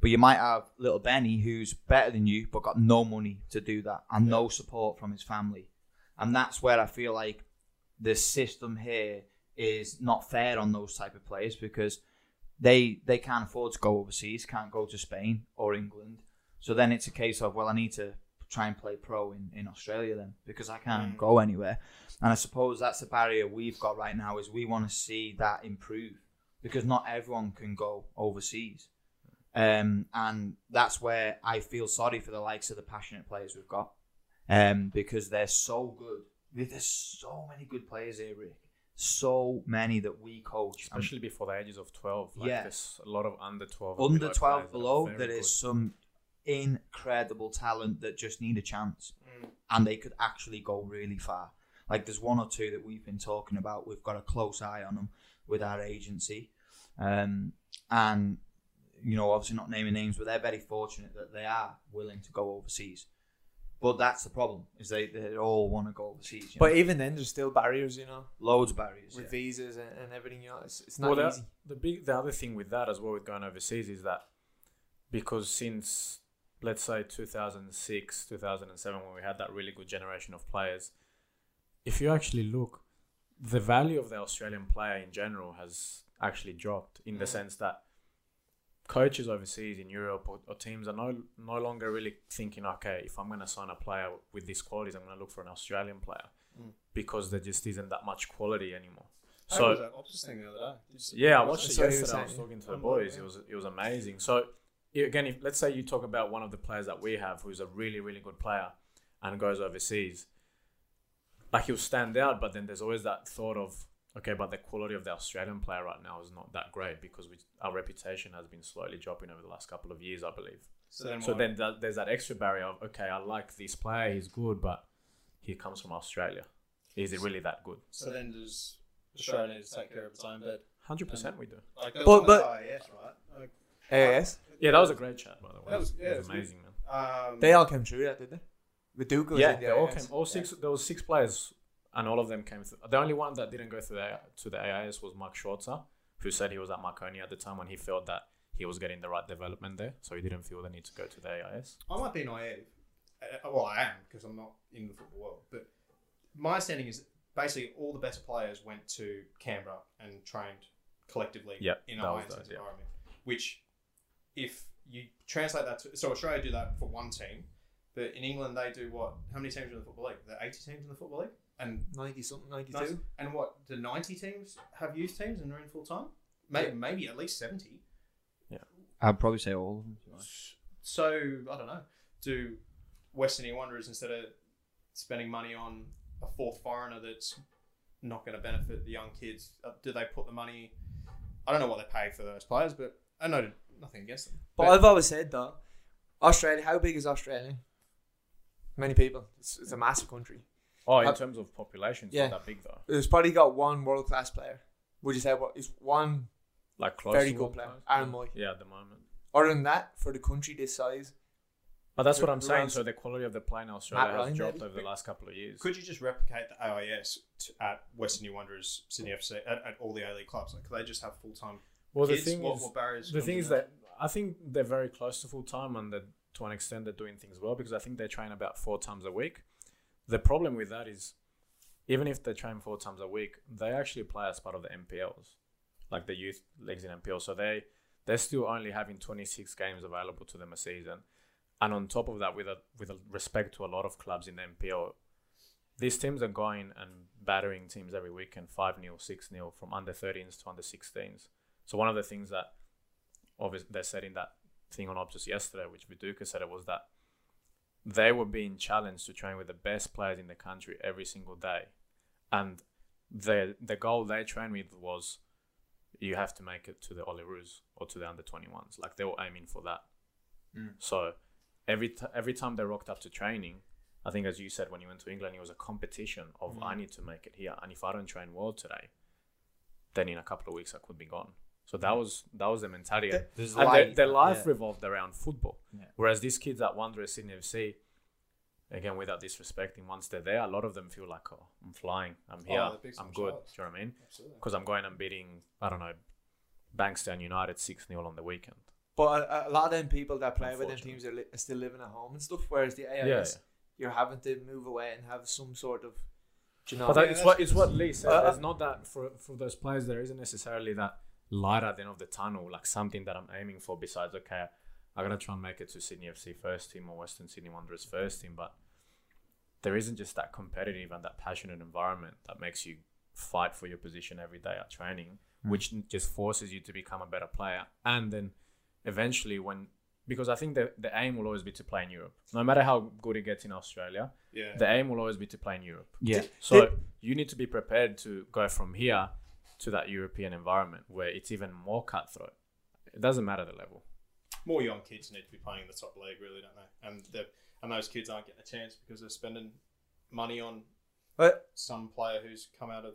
Speaker 1: but you might have little Benny who's better than you, but got no money to do that and no support from his family. And that's where I feel like the system here is not fair on those type of players because they they can't afford to go overseas, can't go to Spain or England. So then it's a case of well, I need to try and play pro in, in Australia then because I can't go anywhere. And I suppose that's the barrier we've got right now is we want to see that improve because not everyone can go overseas. Um, and that's where I feel sorry for the likes of the passionate players we've got um, because they're so good. There- There's so many good players here, Rick. So many that we coach. and
Speaker 3: especially before the ages of 12. Like,
Speaker 1: Yeah.
Speaker 3: There's a lot of under 12. and
Speaker 1: under
Speaker 3: below
Speaker 1: 12
Speaker 3: players that are
Speaker 1: below
Speaker 3: very
Speaker 1: there is
Speaker 3: good.
Speaker 1: some incredible talent that just need a chance
Speaker 3: Mm.
Speaker 1: and they could actually go really far like there's one or two that we've been talking about we've got a close eye on them with our agency um, and you know obviously not naming names but they're very fortunate that they are willing to go overseas but that's the problem is they, they all want to go overseas you
Speaker 2: But
Speaker 1: know?
Speaker 2: even then, there's still barriers, you know,
Speaker 1: loads of barriers
Speaker 2: with
Speaker 1: yeah.
Speaker 2: visas and, and everything else. It's not
Speaker 3: Well, the,
Speaker 2: easy.
Speaker 3: the big the other thing with that as well with going overseas is that because since let's say 2006 2007 when we had that really good generation of players if you actually look the value of the australian player in general has actually dropped in
Speaker 2: Mm.
Speaker 3: the sense that coaches overseas in europe or, or teams are no no longer really thinking okay if i'm going to sign a player with these qualities i'm going to look for an australian player
Speaker 2: Mm.
Speaker 3: because there just isn't that much quality anymore
Speaker 4: I
Speaker 3: so
Speaker 4: was at Optus thing the other day. Did you see-
Speaker 3: yeah, I watched it
Speaker 2: So he was
Speaker 3: yesterday. I was
Speaker 2: saying-
Speaker 3: talking to the boys. It was it was amazing. So yeah, again, if, let's say you talk about one of the players that we have, who's a really really good player, and goes overseas, like he'll stand out. But then there's always that thought of okay, but the quality of the Australian player right now is not that great because we, our reputation has been slowly dropping over the last couple of years, I believe.
Speaker 4: So then,
Speaker 3: So
Speaker 4: what?
Speaker 3: then that, there's that extra barrier of okay, I like this player, he's good, but he comes from Australia. Is it really that good?
Speaker 4: so then does Australia need to take care of its own bed?
Speaker 3: Hundred percent, we do.
Speaker 4: Like, that
Speaker 2: But-
Speaker 4: was
Speaker 2: but-
Speaker 4: on the IIS, right? Like,
Speaker 2: AIS.
Speaker 3: Yeah, that was a great chat, by the way.
Speaker 4: That was- yeah,
Speaker 3: it was
Speaker 4: it was good.
Speaker 3: amazing, man.
Speaker 4: um,
Speaker 2: They all came through that, did they? With Duke was
Speaker 3: yeah,
Speaker 2: in
Speaker 3: they
Speaker 2: the
Speaker 3: all
Speaker 2: AIS.
Speaker 3: came. All six. There was six players, and all of them came through. The only one that didn't go through the, to the AIS was Mark Schwarzer, who said he was at Marconi at the time when he felt that he was getting the right development there, so he didn't feel the need to go to the AIS.
Speaker 4: I might be naive. Uh, well, I am because I'm not in the football world. But my understanding is basically all the best players went to Canberra and trained collectively
Speaker 3: Yep,
Speaker 4: in
Speaker 3: that
Speaker 4: a high
Speaker 3: was
Speaker 4: intense
Speaker 3: that, yeah.
Speaker 4: environment. Which, if you translate that to, so Australia do that for one team, but in England they do what? How many teams are in the football league? The 80 teams in the football league, and
Speaker 2: 90 something, 92.
Speaker 4: nice- and what? The 90 teams have youth teams and are in full time. Maybe, maybe at least 70.
Speaker 1: i'd probably say all of them to be honest.
Speaker 4: So I don't know. Do Western Wanderers instead of spending money on a fourth foreigner that's not going to benefit the young kids, uh, do they put the money? I don't know what they pay for those players, but I know nothing against them.
Speaker 2: But I've always said though, Australia. How big is Australia? Many people. It's, it's a massive country.
Speaker 3: Oh, in
Speaker 2: Uh,
Speaker 3: terms of population, it's
Speaker 2: yeah.
Speaker 3: not that big though.
Speaker 2: It's probably got one world class player. Would you say what? It's one
Speaker 3: Like close.
Speaker 2: very
Speaker 3: to
Speaker 2: good
Speaker 3: what
Speaker 2: player,
Speaker 3: it was?
Speaker 2: Aaron Moy.
Speaker 3: Yeah, at the moment.
Speaker 2: Other than that, for the country this size,
Speaker 3: But that's what
Speaker 2: Who-
Speaker 3: I'm
Speaker 2: who
Speaker 3: saying.
Speaker 2: else?
Speaker 3: So the quality of the play in Australia
Speaker 2: Ryan,
Speaker 3: has dropped
Speaker 2: maybe?
Speaker 3: over the last couple of years.
Speaker 4: Could you just replicate the AIS t at Western Wanderers, Sydney FC, at, at all the A League clubs? Like, could they just have full time?
Speaker 3: well, the
Speaker 4: kids?
Speaker 3: thing
Speaker 4: what,
Speaker 3: is,
Speaker 4: what barriers?
Speaker 3: the
Speaker 4: come
Speaker 3: thing
Speaker 4: to
Speaker 3: is that I think they're very close to full time, and that to an extent they're doing things well because I think they train about four times a week. The problem with that is, even if they train four times a week, they actually play as part of the MPLs, like the youth leagues in MPL. So they they're still only having 26 games available to them a season, and on top of that, with a, with a respect to a lot of clubs in the MPL, these teams are going and battering teams every weekend, five 0 six 0 from under 13s to under 16s. So one of the things that obviously they said in that thing on Optus yesterday, which Viduka said it was that they were being challenged to train with the best players in the country every single day, and the the goal they trained with was you have to make it to the Oliroos or to the under 21s. Like they were aiming for that. So every t- every time they rocked up to training, I think as you said when you went to England, it was a competition of I need to make it here, and if I don't train well today, then in a couple of weeks I could be gone. So that was that was the mentality.
Speaker 1: There's
Speaker 3: and their,
Speaker 1: light,
Speaker 3: their life
Speaker 1: yeah.
Speaker 3: revolved around football.
Speaker 1: Yeah.
Speaker 3: Whereas these kids at Wanderers Sydney FC, again without disrespecting, once they're there, a lot of them feel like oh I'm flying, I'm here,
Speaker 4: they're big
Speaker 3: I'm good.
Speaker 4: shots.
Speaker 3: Do you know what I mean? Because I'm going and beating I don't know Bankstown United six 0 on the weekend.
Speaker 2: but a, a lot of them people that play with them
Speaker 3: Unfortunately.
Speaker 2: teams are, li- are still living at home and stuff. Whereas the AIS,
Speaker 3: Yeah, yeah.
Speaker 2: you're having to move away and have some sort of, do you know,
Speaker 3: But that, it's
Speaker 4: that's
Speaker 3: what it's what Lee said.
Speaker 2: Uh,
Speaker 3: it's not that for for those players there isn't necessarily that light at the end of the tunnel, like something that I'm aiming for. Besides, okay, I'm gonna try and make it to Sydney FC first team or Western Sydney Wanderers first team, but there isn't just that competitive and that passionate environment that makes you fight for your position every day at training, which n- just forces you to become a better player. And then eventually, when because I think the, the aim will always be to play in Europe, no matter how good it gets in Australia,
Speaker 4: Yeah.
Speaker 3: the aim will always be to play in Europe.
Speaker 1: Yeah.
Speaker 3: So you need to be prepared to go from here to that European environment where it's even more cutthroat. It doesn't matter the level.
Speaker 4: More young kids need to be playing in the top league, really, don't they? And the and those kids aren't getting a chance because they're spending money on
Speaker 2: But
Speaker 4: some player who's come out of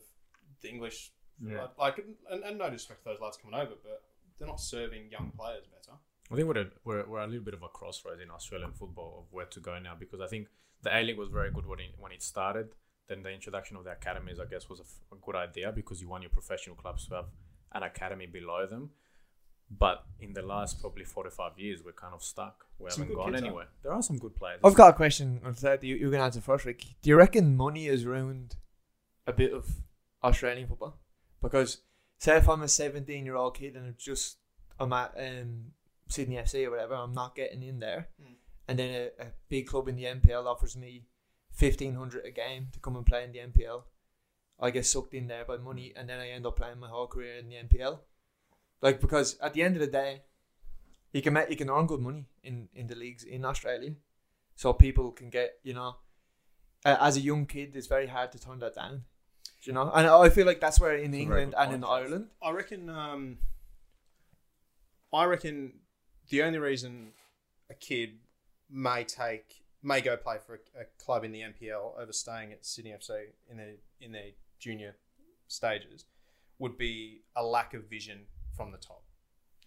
Speaker 4: the English.
Speaker 3: Yeah.
Speaker 4: Like, and, and no disrespect to those lads coming over, but they're not serving young players better.
Speaker 3: I think we're, at, we're we're a little bit of a crossroads in Australian football of where to go now because I think the A League was very good when it, when it started. Then the introduction of the academies, I guess, was a, f- a good idea because you want your professional clubs to have an academy below them. But in the last probably four to five years, we're kind of stuck. We
Speaker 4: Some
Speaker 3: haven't
Speaker 4: good
Speaker 3: gone
Speaker 4: kids, huh?
Speaker 3: anywhere. There are some good players.
Speaker 2: I've got a question on that you, you can answer first, Rick. Do you reckon money has ruined a bit of Australian football? Because say if I'm a 17 year old kid and I'm just I'm at um, Sydney FC or whatever, I'm not getting in there,
Speaker 4: Mm.
Speaker 2: and then a, a big club in the NPL offers me 1500 a game to come and play in the NPL. I get sucked in there by money, and then I end up playing my whole career in the NPL. Like because at the end of the day, you can make you can earn good money in in the leagues in Australia so people can get you know a- as a young kid it's very hard to turn that down do you know and i feel like that's where in
Speaker 3: very
Speaker 2: england
Speaker 3: good
Speaker 2: and in
Speaker 3: point.
Speaker 2: ireland
Speaker 4: I reckon. Um, I reckon the only reason a kid may take may go play for a, a club in the NPL over staying at Sydney FC in their in their junior stages would be a lack of vision from the top.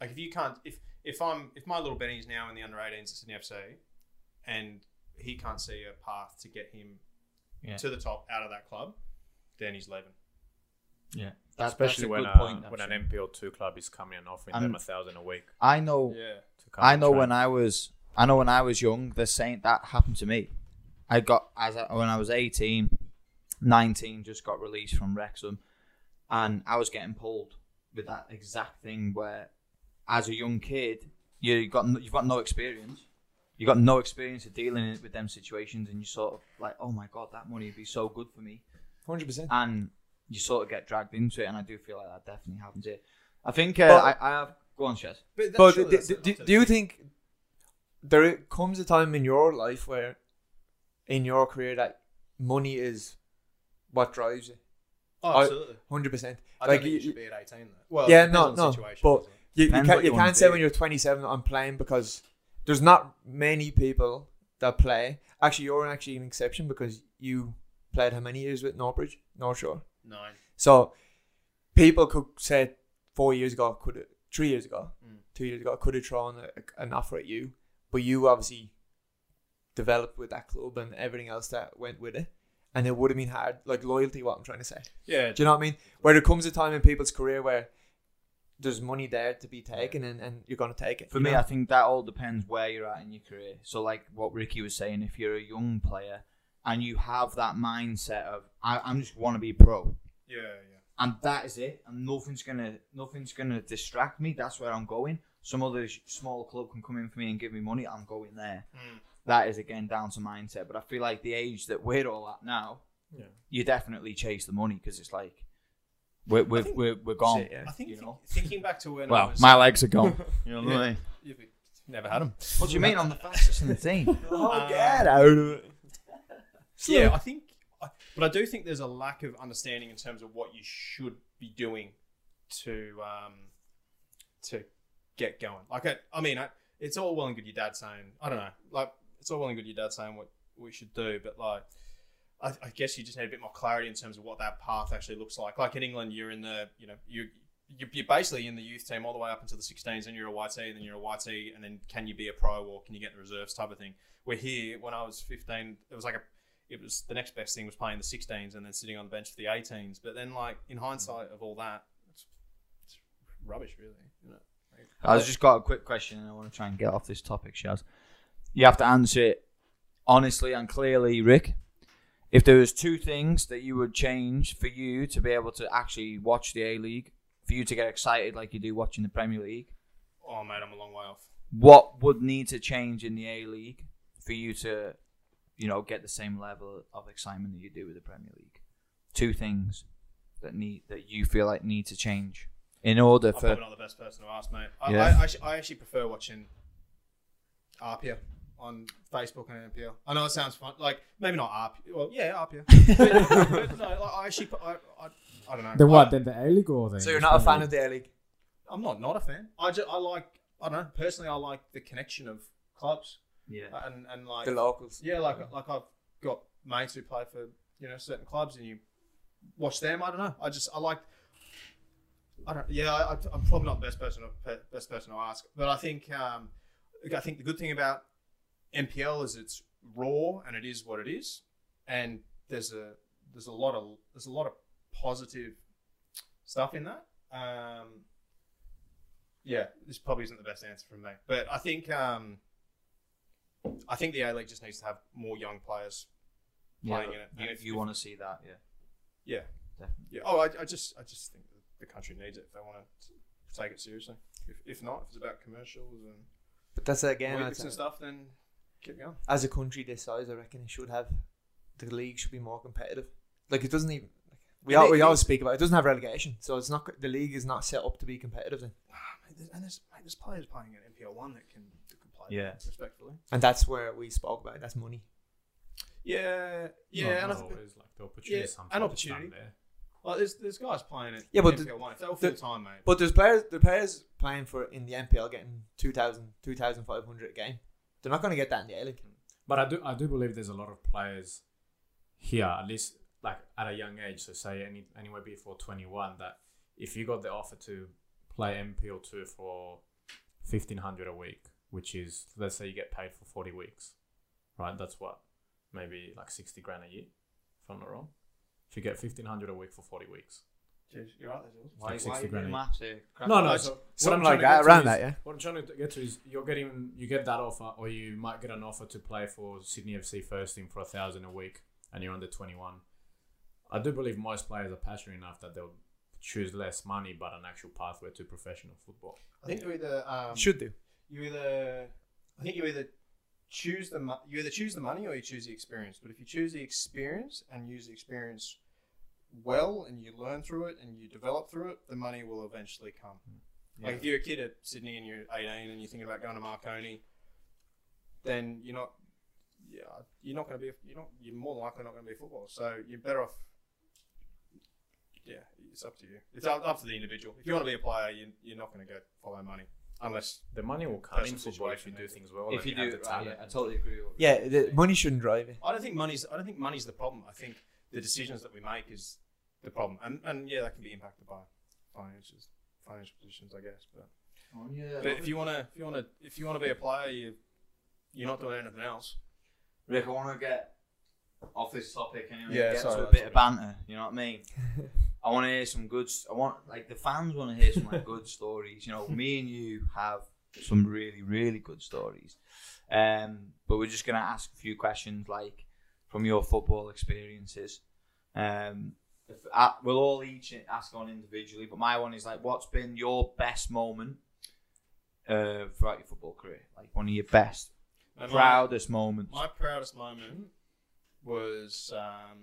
Speaker 4: Like if you can't if if I'm if my little Benny's now in the under 18s at Sydney FC and he can't see a path to get him
Speaker 1: Yeah.
Speaker 4: to the top out of that club, then he's leaving.
Speaker 1: Yeah,
Speaker 3: especially when
Speaker 1: good
Speaker 3: uh,
Speaker 1: point,
Speaker 3: when an
Speaker 1: actually.
Speaker 3: MPL two club is coming and offering
Speaker 1: And-
Speaker 3: them a thousand a week.
Speaker 1: I know.
Speaker 4: Yeah.
Speaker 3: To come
Speaker 1: I
Speaker 3: and
Speaker 1: know
Speaker 3: train.
Speaker 1: when I was I know when I was young the same that happened to me. I got as I, when I was 18, 19 just got released from Wrexham and I was getting pulled with that exact thing where as a young kid you got n- you've got no experience. You got no experience of dealing with them situations and you sort of like oh my god that money would be so good for me
Speaker 2: 100%
Speaker 1: and you sort of get dragged into it and I do feel like that definitely happens here. I think uh,
Speaker 2: But-
Speaker 1: I, I have go on Shed.
Speaker 4: But,
Speaker 2: but do, do, do you think there comes a time in your life where in your career that money is what drives you
Speaker 4: Oh,
Speaker 2: I-
Speaker 4: absolutely.
Speaker 2: 100%
Speaker 4: I
Speaker 2: like
Speaker 4: don't think you,
Speaker 2: you-
Speaker 4: should
Speaker 2: you,
Speaker 4: be at 18 though. Well,
Speaker 2: Yeah,
Speaker 4: it depends
Speaker 2: no,
Speaker 4: on the
Speaker 2: no,
Speaker 4: situation,
Speaker 2: but-
Speaker 4: doesn't it?
Speaker 2: you,
Speaker 1: Depends
Speaker 2: can't,
Speaker 1: what
Speaker 2: you
Speaker 1: you wanna
Speaker 2: can't say
Speaker 1: do.
Speaker 2: when you're 27 I'm playing because there's not many people that play actually you're actually an exception because you played how many years with Northbridge North Shore
Speaker 4: nine.
Speaker 2: So people could say four years ago, could have, three years ago,
Speaker 4: Mm.
Speaker 2: two years ago, could have thrown a, an offer at you, but you obviously developed with that club and everything else that went with it. And it would have been hard, like loyalty, what I'm trying to say.
Speaker 4: Yeah,
Speaker 2: Do you know what I mean? Where there comes a time in people's career where there's money there to be taken and, and you're going to take it.
Speaker 1: For
Speaker 2: you
Speaker 1: me,
Speaker 2: know?
Speaker 1: I think that all depends where you're at in your career. So, like what Ricky was saying, if you're a young player and you have that mindset of I, I'm just want to be pro,
Speaker 4: yeah, yeah.
Speaker 1: and that is it, and nothing's gonna nothing's gonna distract me. That's where I'm going. Some other sh- small club can come in for me and give me money. I'm going there.
Speaker 4: Mm.
Speaker 1: That is again down to mindset. But I feel like the age that we're all at now,
Speaker 3: Yeah.
Speaker 1: you definitely chase the money because it's like we're we're,
Speaker 4: think-
Speaker 1: we're, we're gone.
Speaker 2: Shit, yeah.
Speaker 4: I think
Speaker 1: You
Speaker 4: thi-
Speaker 1: know?
Speaker 4: thinking back to when I
Speaker 1: Well,
Speaker 4: was,
Speaker 1: my legs are gone. you know what
Speaker 4: Yeah.
Speaker 1: I mean?
Speaker 4: You've never had them.
Speaker 1: What do you mean? I'm the fastest in the team.
Speaker 4: Oh,
Speaker 2: Get out of
Speaker 1: Uh,
Speaker 2: it.
Speaker 4: Yeah, I think, I, but I do think there's a lack of understanding in terms of what you should be doing to um, to get going. Like, I, I mean, I, it's all well and good your dad saying, I don't know, like it's all well and good your dad saying what we should do, but like, I, I guess you just need a bit more clarity in terms of what that path actually looks like. Like in England, you're in the, you know, you. you- You're basically in the youth team all the way up until the 16s, and you're a YT, and then you're a YT, and then can you be a pro or can you get in the reserves type of thing? We're here. When I was 15, it was like a it was the next best thing was playing the 16s and then sitting on the bench for the 18s. But then, like in hindsight of all that, it's, it's rubbish, really. You know?
Speaker 1: I was just got a quick question, and I want to try and get off this topic, Shaz. You have to answer it honestly and clearly, Rick. If there was two things that you would change for you to be able to actually watch the A League, for you to get excited like you do watching the Premier League,
Speaker 4: Oh mate, I'm a long way off.
Speaker 1: what would need to change in the A League for you to, you know, get the same level of excitement that you do with the Premier League? Two things that need that you feel like need to change in order
Speaker 4: I'm
Speaker 1: for
Speaker 4: probably not the best person to ask, mate. I,
Speaker 1: Yeah.
Speaker 4: I, I, actu- I actually prefer watching Arpia on Facebook and NPL. I know it sounds fun, like maybe not Arpia. Well, yeah, Arpia. but, but no, like, I actually, I, I, I don't know.
Speaker 5: Then what?
Speaker 4: I,
Speaker 5: Then the A League or then?
Speaker 2: So you're not a fan of the A League?
Speaker 4: I'm not not a fan. I just, I like, I don't know. Personally, I like the connection of clubs
Speaker 1: yeah.
Speaker 4: and and like
Speaker 2: The locals.
Speaker 4: Yeah, like like I've got mates who play for you know certain clubs, and you watch them. I don't know. I just I like. I don't. Yeah, I, I'm probably not the best person to, pe- best person to ask, but I think um, I think the good thing about MPL is it's raw and it is what it is, and there's a there's a lot of there's a lot of positive stuff in that. Um, yeah, this probably isn't the best answer from me, but I think um, I think the A League just needs to have more young players playing in it.
Speaker 1: You,
Speaker 4: And if-
Speaker 1: you
Speaker 4: if-
Speaker 1: want to see that, yeah.
Speaker 4: Yeah.
Speaker 1: Definitely.
Speaker 4: Yeah. Oh, I, I just I just think that the country needs it if they want to take it seriously. If, if not, if it's about commercials and
Speaker 2: But that's again,
Speaker 4: politics
Speaker 2: that's
Speaker 4: and stuff, then keep going.
Speaker 2: as a country this size, I reckon it should have the league should be more competitive. Like it doesn't even. Like, we
Speaker 4: And
Speaker 2: all,
Speaker 4: it-
Speaker 2: we
Speaker 4: it-
Speaker 2: always speak about it. doesn't have relegation, so it's not the league is not set up to be competitive, then.
Speaker 4: Ah, Mate, there's- And there's, mate, there's players playing at NPL one that can, that can play.
Speaker 1: Yeah.
Speaker 4: Respectfully.
Speaker 2: and that's where we spoke about it. that's money.
Speaker 4: Yeah. Yeah.
Speaker 3: Not-
Speaker 4: and
Speaker 3: not
Speaker 4: I think
Speaker 3: always like the opportunity.
Speaker 4: yeah,
Speaker 3: sometimes
Speaker 4: an
Speaker 3: is
Speaker 4: opportunity.
Speaker 3: done there.
Speaker 4: like, there's there's guys playing at
Speaker 2: Yeah, but the-
Speaker 4: NPL one. If they're all
Speaker 2: the-
Speaker 4: full time, mate.
Speaker 2: But there's players, the players playing for in the NPL getting 2,000, 2,500 a game. They're not going to get that in the A League.
Speaker 3: But I do I do believe there's a lot of players here, at least like at a young age, so say any anywhere before twenty one, that if you got the offer to play MPL two for fifteen hundred a week, which is let's say you get paid for forty weeks, right? That's what? Maybe like sixty grand a year, if I'm not wrong. If you get fifteen hundred a week for forty weeks.
Speaker 4: Jeez, you're right. There's
Speaker 3: Why- Like why 60 you grand. doing
Speaker 1: No,
Speaker 3: No, no.
Speaker 4: Like,
Speaker 3: So what I'm
Speaker 2: something
Speaker 3: trying
Speaker 2: Uh, like
Speaker 3: to
Speaker 2: that,
Speaker 3: get to
Speaker 2: around
Speaker 3: is-
Speaker 2: that, yeah.
Speaker 3: What I'm trying to get to is you're getting you get that offer, or you might get an offer to play for Sydney FC first team for a thousand a week, and you're under 21. I do believe most players are passionate enough that they'll choose less money, but an actual pathway to professional football.
Speaker 4: I think you're either um,
Speaker 2: Should do.
Speaker 4: you either I think you either choose the mo- you either choose the money or you choose the experience. But if you choose the experience and use the experience well and you learn through it and you develop through it, the money will eventually come. Like if you're a kid at Sydney and you're 18 and you're thinking about going to Marconi, then you're not yeah, you're not going to be you're not you're more than likely not going to be a footballer. So you're better off yeah, it's up to you. It's up, up to the individual. If you want to be a player, you, you're not going to go follow money unless
Speaker 3: The money will come in
Speaker 4: Personal
Speaker 3: football if you
Speaker 4: situation,
Speaker 3: do
Speaker 4: maybe.
Speaker 3: things well.
Speaker 1: If
Speaker 3: and
Speaker 1: you do,
Speaker 3: have the
Speaker 1: right,
Speaker 3: talent.
Speaker 1: yeah, I totally agree with you.
Speaker 2: Yeah, the, money shouldn't drive it.
Speaker 4: I don't think money's. I don't think money's the problem. I think the decisions that we make is the problem, and and yeah, that can be impacted by finances, financial positions, I guess. But, but if you wanna, if you wanna, if you wanna be a player, you you're not doing anything else.
Speaker 1: Rick, I want to get off this topic anyway.
Speaker 4: Yeah,
Speaker 1: get
Speaker 4: sorry,
Speaker 1: to a
Speaker 4: that's
Speaker 1: bit of banter. You know what I mean? I want to hear some good. s- I want like the fans want to hear some like good stories. You know, me and you have some really really good stories. Um, but we're just gonna ask a few questions like from your football experiences. Um, if, uh, we'll all each ask one individually, but my one is like, what's been your best moment uh, throughout your football career? Like one of your best,
Speaker 4: And my-
Speaker 1: proudest moments.
Speaker 4: My proudest moment was um,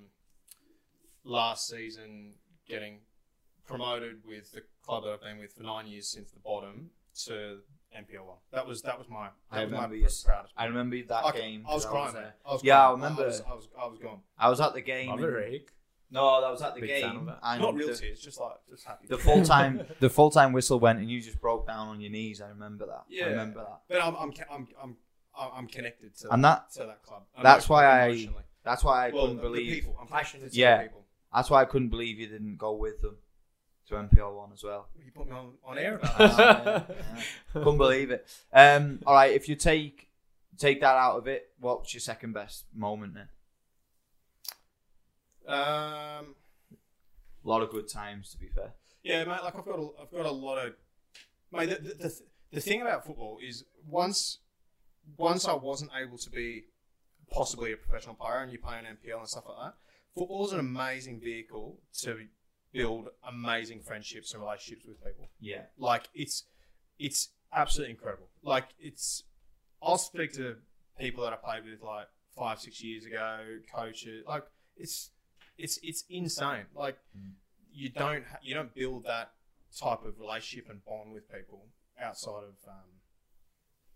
Speaker 4: last season getting promoted with the club that I've been with for nine years since the bottom to NPL one. That was that was my
Speaker 1: I
Speaker 4: that was my
Speaker 1: remember
Speaker 4: pr-
Speaker 1: you s-
Speaker 4: proudest. Moment.
Speaker 1: I remember that
Speaker 4: I,
Speaker 1: game.
Speaker 4: I was
Speaker 1: 'cause
Speaker 4: crying.
Speaker 1: there.
Speaker 4: man. I was
Speaker 1: Yeah,
Speaker 4: crying.
Speaker 1: I remember.
Speaker 4: I was, I was, I was gone.
Speaker 1: I was at the game.
Speaker 3: Love it,
Speaker 1: and-
Speaker 3: Rick.
Speaker 1: No, that was at the
Speaker 3: Big fan of
Speaker 1: game.
Speaker 3: that.
Speaker 1: and
Speaker 4: Not real
Speaker 1: the-
Speaker 4: tears, just like just happy.
Speaker 1: The full time, the full time whistle went, and you just broke down on your knees. I remember that.
Speaker 4: Yeah.
Speaker 1: I remember that.
Speaker 4: but I'm I'm ca- I'm I'm, I'm I'm connected to
Speaker 1: And that,
Speaker 4: to that club.
Speaker 1: that's why I-
Speaker 4: Emotionally.
Speaker 1: that's why I
Speaker 4: well,
Speaker 1: couldn't
Speaker 4: the
Speaker 1: believe.
Speaker 4: people. I'm passionate. to
Speaker 1: Yeah.
Speaker 4: the people.
Speaker 1: That's why I couldn't believe you didn't go with them to MPL one as well.
Speaker 4: You put me on, on air. about that.
Speaker 1: Uh, yeah. Couldn't believe it. Um, all right, if you take take that out of it, what's your second best moment then?
Speaker 4: um.
Speaker 1: A lot of good times, to be fair.
Speaker 4: Yeah, mate. Like I've got, a, I've got a lot of, mate. The, the, the, the thing about football is once, once I wasn't able to be possibly a professional player, and you play an NPL and stuff like that. Football is an amazing vehicle to build amazing friendships and relationships with people.
Speaker 1: Yeah,
Speaker 4: Like it's, it's absolutely incredible. Like it's, I'll speak to people that I played with like five, six years ago, coaches. Like it's, it's, it's insane. Like
Speaker 1: Mm.
Speaker 4: you don't, ha- you don't build that type of relationship and bond with people outside of, um,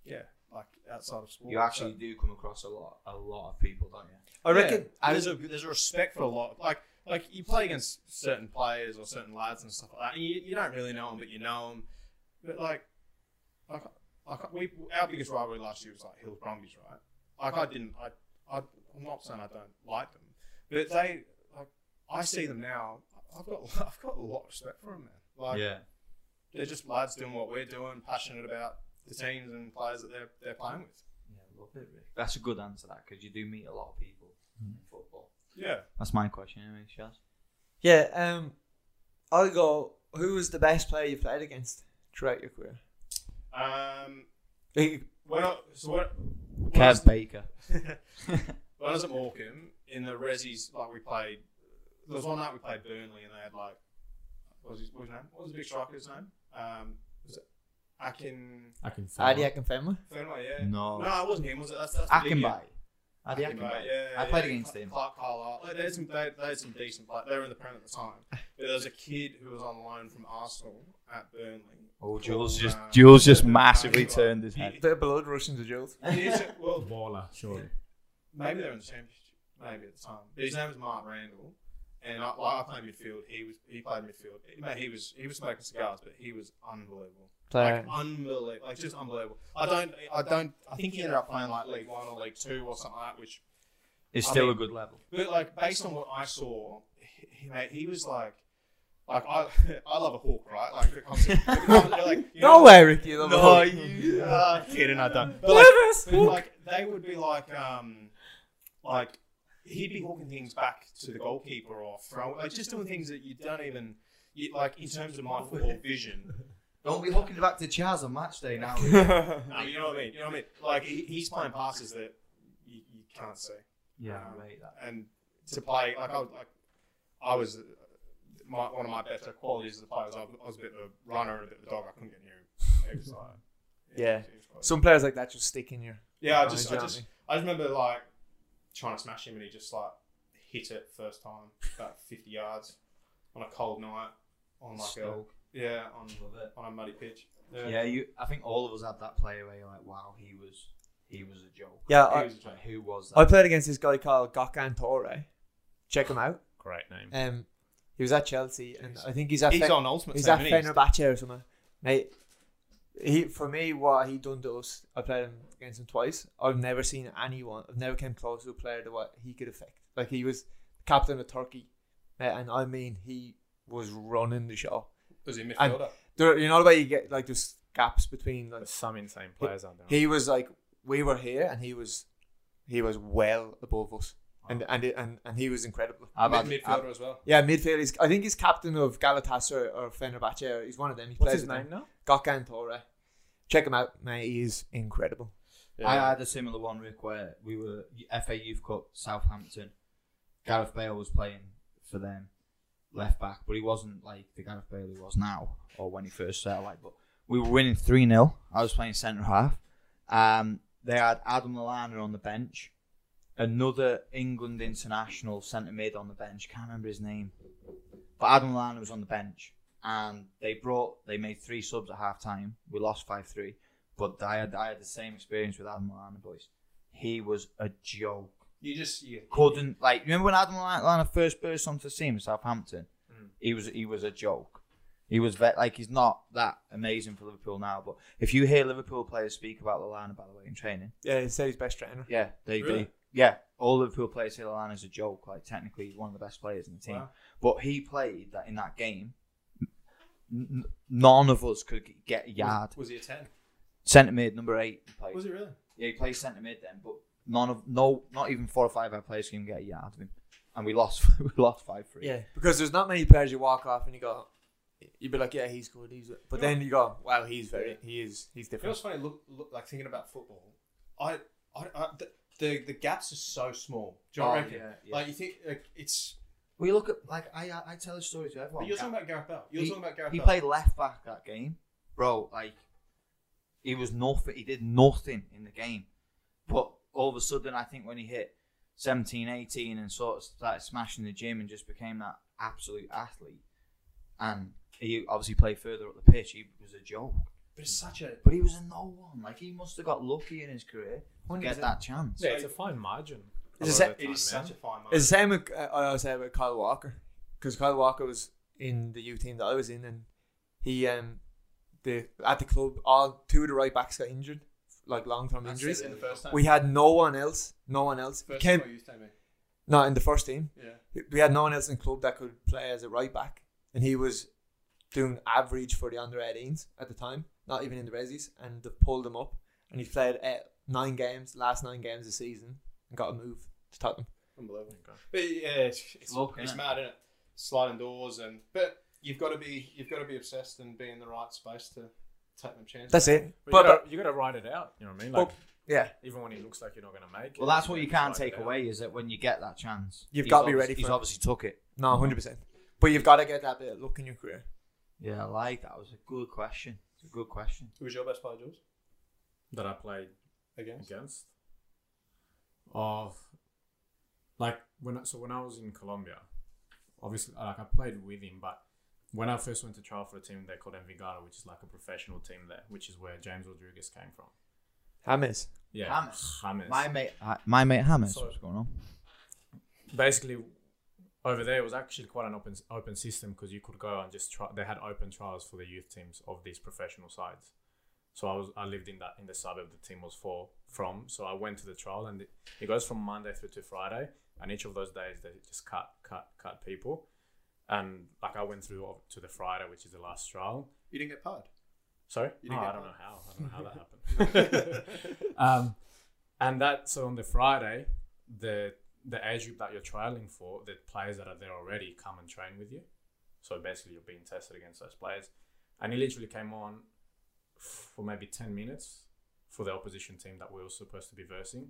Speaker 4: yeah, like outside of sport.
Speaker 1: You actually
Speaker 3: uh,
Speaker 4: So-
Speaker 1: do come across a lot, a lot of people, don't you?
Speaker 2: I reckon.
Speaker 4: yeah, there's a there's a respect for a lot. Like like you play against certain players or certain lads and stuff like that, and you, you don't really know them, but you know them. But like, like, like we our biggest rivalry last year was like Hills Brumbies, right? Like I didn't, I, I I'm not saying I don't like them, but they like I see them now. I've got I've got a lot of respect for them, man. Like
Speaker 1: yeah.
Speaker 4: they're just lads doing what we're doing, passionate about the teams and players that they're they're playing with.
Speaker 1: Yeah, love it, Rick. Hmm. That's a good answer, that, because you do meet a lot of people in football.
Speaker 4: Yeah.
Speaker 1: That's my question, anyway, Shaz.
Speaker 2: Yeah. Um, I'll go. Who was the best player you played against throughout your career?
Speaker 4: Um.
Speaker 2: Like,
Speaker 4: When I, so what? when I was
Speaker 1: Kev Baker.
Speaker 4: When I was at Morecambe, in the Resi's, like we played, there was one night we played Burnley and they had like, what was his, what was his name? What was the big striker's name? Um, was it Akin
Speaker 3: I can feel
Speaker 2: Adi Akinfenwa.
Speaker 4: Fenway? Yeah.
Speaker 1: No.
Speaker 4: No, it wasn't him, was it? That's, that's the big guy.
Speaker 1: Akinbay. Adi
Speaker 4: Akinbay,
Speaker 1: Akinbay.
Speaker 4: yeah, yeah,
Speaker 1: I played
Speaker 4: yeah.
Speaker 1: against him.
Speaker 4: Clark Carlisle. Like, they, had some, they, they had some decent play. They were in the Prem at the time. But there was a kid who was on loan from Arsenal at Burnley. uh,
Speaker 1: Oh,
Speaker 4: Jules
Speaker 1: Jules
Speaker 4: just-
Speaker 1: just
Speaker 4: Nah.
Speaker 1: Jules
Speaker 4: just
Speaker 1: just
Speaker 4: massively
Speaker 1: massively
Speaker 4: turned
Speaker 1: turned his
Speaker 4: head.
Speaker 1: head.
Speaker 2: Bit of blood rushing to Jules.
Speaker 4: He's- well,
Speaker 3: Baller, surely.
Speaker 4: Maybe they're in the championship. Maybe at the time. But his name was Mark Randall, and I, like, I played midfield. He was he played midfield. Mate, he was he was smoking cigars, but he was unbelievable. Like
Speaker 2: Player.
Speaker 4: unbelievable, like just unbelievable. I don't I don't I think he ended up playing like League One or League Two or something like that. Which,
Speaker 1: It's
Speaker 4: I
Speaker 1: still
Speaker 4: mean-
Speaker 1: a good level.
Speaker 4: but like based on what I saw, he, he- mate, he was like. Like I, I love a hook, right? Like, it comes, it comes, like you
Speaker 2: No
Speaker 4: know,
Speaker 2: way, Ricky. No,
Speaker 1: you.
Speaker 4: uh, kidding, I don't. But like,
Speaker 2: Nervous.
Speaker 4: but like they would be like, um, like he'd be hooking things back to the goalkeeper or throw, like just doing things that you don't even you, like in terms of my football vision.
Speaker 1: Don't be looking back to Chaz on match day now.
Speaker 4: I mean, Um, you know what I mean? You know what I mean? Like he, he's playing passes that you, you can't see,
Speaker 1: yeah,
Speaker 4: Um,
Speaker 1: I rate that.
Speaker 4: and to play like I was- like I was uh, my, one of my better qualities as a player was I, I was a bit of a runner and a bit of a dog. I couldn't get near him. It was like,
Speaker 2: Yeah.
Speaker 4: it was quite-
Speaker 2: Some players like that just stick in your.
Speaker 4: yeah, I
Speaker 2: eyes,
Speaker 4: just, I
Speaker 2: don't
Speaker 4: just,
Speaker 2: they?
Speaker 4: I just remember like trying to smash him and he just like hit it first time about 50 yards on a cold night on like a
Speaker 1: Stoke.
Speaker 4: yeah on on a muddy pitch. Yeah.
Speaker 1: Yeah, you. I think all of us had that player where you're like, wow, he was, he was a joke.
Speaker 2: Yeah,
Speaker 4: He
Speaker 2: I,
Speaker 4: was a joke.
Speaker 1: Like, who was that?
Speaker 2: I played against this guy called Gokhan Torre. Check him out.
Speaker 3: Great name.
Speaker 2: Um, he was at Chelsea, and I think he's at
Speaker 4: He's
Speaker 2: Fe-
Speaker 4: on ultimate.
Speaker 2: he's
Speaker 4: Team,
Speaker 2: at
Speaker 4: isn't he?
Speaker 2: Fenerbahce or something. Mate, he for me what he done to us. I played him against him twice. I've never seen anyone. I've never came close to a player to what he could affect. Like he was captain of Turkey, mate, and I mean he was running the show.
Speaker 4: Was he a
Speaker 2: And-
Speaker 4: midfielder?
Speaker 2: There, you know the way you get like just gaps between like
Speaker 3: There's some insane players out there.
Speaker 2: he was like we were here and he was he was well above us and and and, and he was incredible
Speaker 1: I've had,
Speaker 4: Mid-
Speaker 1: I've-
Speaker 4: midfielder as well.
Speaker 2: yeah midfield he's, I think he's captain of Galatasaray or Fenerbahce he's one of them he
Speaker 3: What's
Speaker 2: plays
Speaker 3: his
Speaker 2: with
Speaker 3: name
Speaker 2: them.
Speaker 3: now?
Speaker 2: Gökhan Töre check him out mate he is incredible
Speaker 1: I had a similar one, Rick, where we were FA Youth Cup, Southampton. Gareth Bale was playing for them, left back, but he wasn't like the Gareth Bale he was now or when he first started. Like, but we were winning three 0 I was playing centre half. Um, they had Adam Lallana on the bench, another England international centre mid on the bench. Can't remember his name, but Adam Lallana was on the bench, and they brought they made three subs at half time. We lost five three. But I had I had the same experience with Adam Lallana, boys. He was a joke.
Speaker 4: You just you,
Speaker 1: Couldn't like remember when Adam Lallana first burst onto the scene in Southampton?
Speaker 4: Mm.
Speaker 1: He was he was a joke. He was ve- like he's not that amazing for Liverpool now, but if you hear Liverpool players speak about Lallana, by the way, in training,
Speaker 2: yeah he's said he's best trainer
Speaker 1: yeah, they
Speaker 4: Really?
Speaker 1: do. Yeah, all Liverpool players say Lallana's a joke. Like technically, he's one of the best players in the team,
Speaker 4: Wow.
Speaker 1: but he played that in that game. N- n- none of us could g- get a yard.
Speaker 4: Was, was he a ten?
Speaker 1: Centre mid, number eight. he played.
Speaker 4: Was he really?
Speaker 1: Yeah, he plays centre mid then, but none of no, not even four or five of our players can get a yard of him, and we lost. we lost five three.
Speaker 2: yeah because there's not many players you walk off and you go you'd be like yeah he's good he's good. but
Speaker 4: Yeah.
Speaker 2: then you go wow he's very he is he's
Speaker 4: It was
Speaker 2: different
Speaker 4: funny. Look, look, like thinking about football. I, I, I the, the the gaps are so small. Do you know what I
Speaker 1: Oh,
Speaker 4: reckon?
Speaker 1: yeah, yeah.
Speaker 4: Like you think like, it's.
Speaker 1: We look at like I uh, I- I tell a story to everyone.
Speaker 4: But you're talking about Gareth Bell. You're
Speaker 1: He-
Speaker 4: talking about Gareth
Speaker 1: he
Speaker 4: Bell.
Speaker 1: played left back that game, bro. Like He was nothing. He did nothing in the game. But all of a sudden, I think when he hit 17, 18 and sort of started smashing the gym and just became that absolute athlete, and he obviously played further up the pitch, he was a joke.
Speaker 5: But it's such a
Speaker 1: But he was a no one. Like, he must have got lucky in his career to get
Speaker 2: 100%.
Speaker 1: that chance.
Speaker 3: Yeah, it's a fine margin.
Speaker 2: Is it
Speaker 3: A lot
Speaker 2: set-
Speaker 3: of the
Speaker 4: It is
Speaker 3: time,
Speaker 4: such a
Speaker 3: man.
Speaker 4: fine
Speaker 2: It's
Speaker 4: margin.
Speaker 2: the same with, uh, I always say about Kyle Walker because Kyle Walker was in the youth team that I was in, and he um the at the club all two of the right backs got injured, like long term
Speaker 4: That's
Speaker 2: injuries.
Speaker 4: it in the first time.
Speaker 2: We had no one else, no one else.
Speaker 4: first
Speaker 2: Came,
Speaker 4: time I used him, eh?
Speaker 2: not in the first team.
Speaker 4: Yeah.
Speaker 2: We had no one else in the club that could play as a right back, and he was doing average for the under 18s at the time, not even in the resis, and they pulled him up, and he played uh, nine games, last nine games of the season, and got a move to Tottenham.
Speaker 4: Unbelievable. But yeah, it's, it's,
Speaker 1: Look,
Speaker 4: it's
Speaker 1: innit?
Speaker 4: mad, isn't it? Sliding doors and but you've got to be you've got to be obsessed and be in the right space to take them chances.
Speaker 2: That's it.
Speaker 3: But,
Speaker 2: But,
Speaker 3: you, gotta, you gotta write it out. You know what I mean? Like,
Speaker 2: Well, yeah.
Speaker 3: even when he looks like you're not gonna make it.
Speaker 1: Well, that's what
Speaker 3: gotta
Speaker 1: you
Speaker 3: just
Speaker 1: can't
Speaker 3: write it
Speaker 1: take
Speaker 3: out.
Speaker 1: away is that when you get that chance,
Speaker 2: You've
Speaker 1: he's
Speaker 2: gotta be
Speaker 1: obvi-
Speaker 2: ready
Speaker 1: He's
Speaker 2: for it.
Speaker 1: obviously took it.
Speaker 2: No, hundred percent. But you've got to get that bit of luck in your career.
Speaker 1: Yeah, I like that. Was a good question. It's a good question.
Speaker 4: Who was your best player, Jules?
Speaker 3: That I played
Speaker 4: Against.
Speaker 3: against. Of, like when I, so when I was in Colombia, obviously uh, like I played with him, but when I first went to trial for a team they called Envigado, which is like a professional team there, which is where James Rodriguez came from.
Speaker 2: Hammers.
Speaker 3: Yeah,
Speaker 1: James.
Speaker 3: James.
Speaker 1: My mate, uh, my mate Hammers.
Speaker 3: Sorry.
Speaker 1: What's going on?
Speaker 3: basically over there it was actually quite an open open system because you could go and just try they had open trials for the youth teams of these professional sides so i was i lived in that in the suburb the team was for from so i went to the trial and it, it goes from monday through to friday and each of those days they just cut cut cut people and like i went through to the friday which is the last trial
Speaker 4: You didn't get paid.
Speaker 3: Sorry,
Speaker 4: You
Speaker 3: no,
Speaker 4: didn't
Speaker 3: I
Speaker 4: get
Speaker 3: don't
Speaker 4: one.
Speaker 3: know how. I don't know how that happened. um, and that so on the Friday, the the age group that you're trialing for, the players that are there already come and train with you. So basically, you're being tested against those players, and he literally came on for maybe ten minutes for the opposition team that we were supposed to be versing.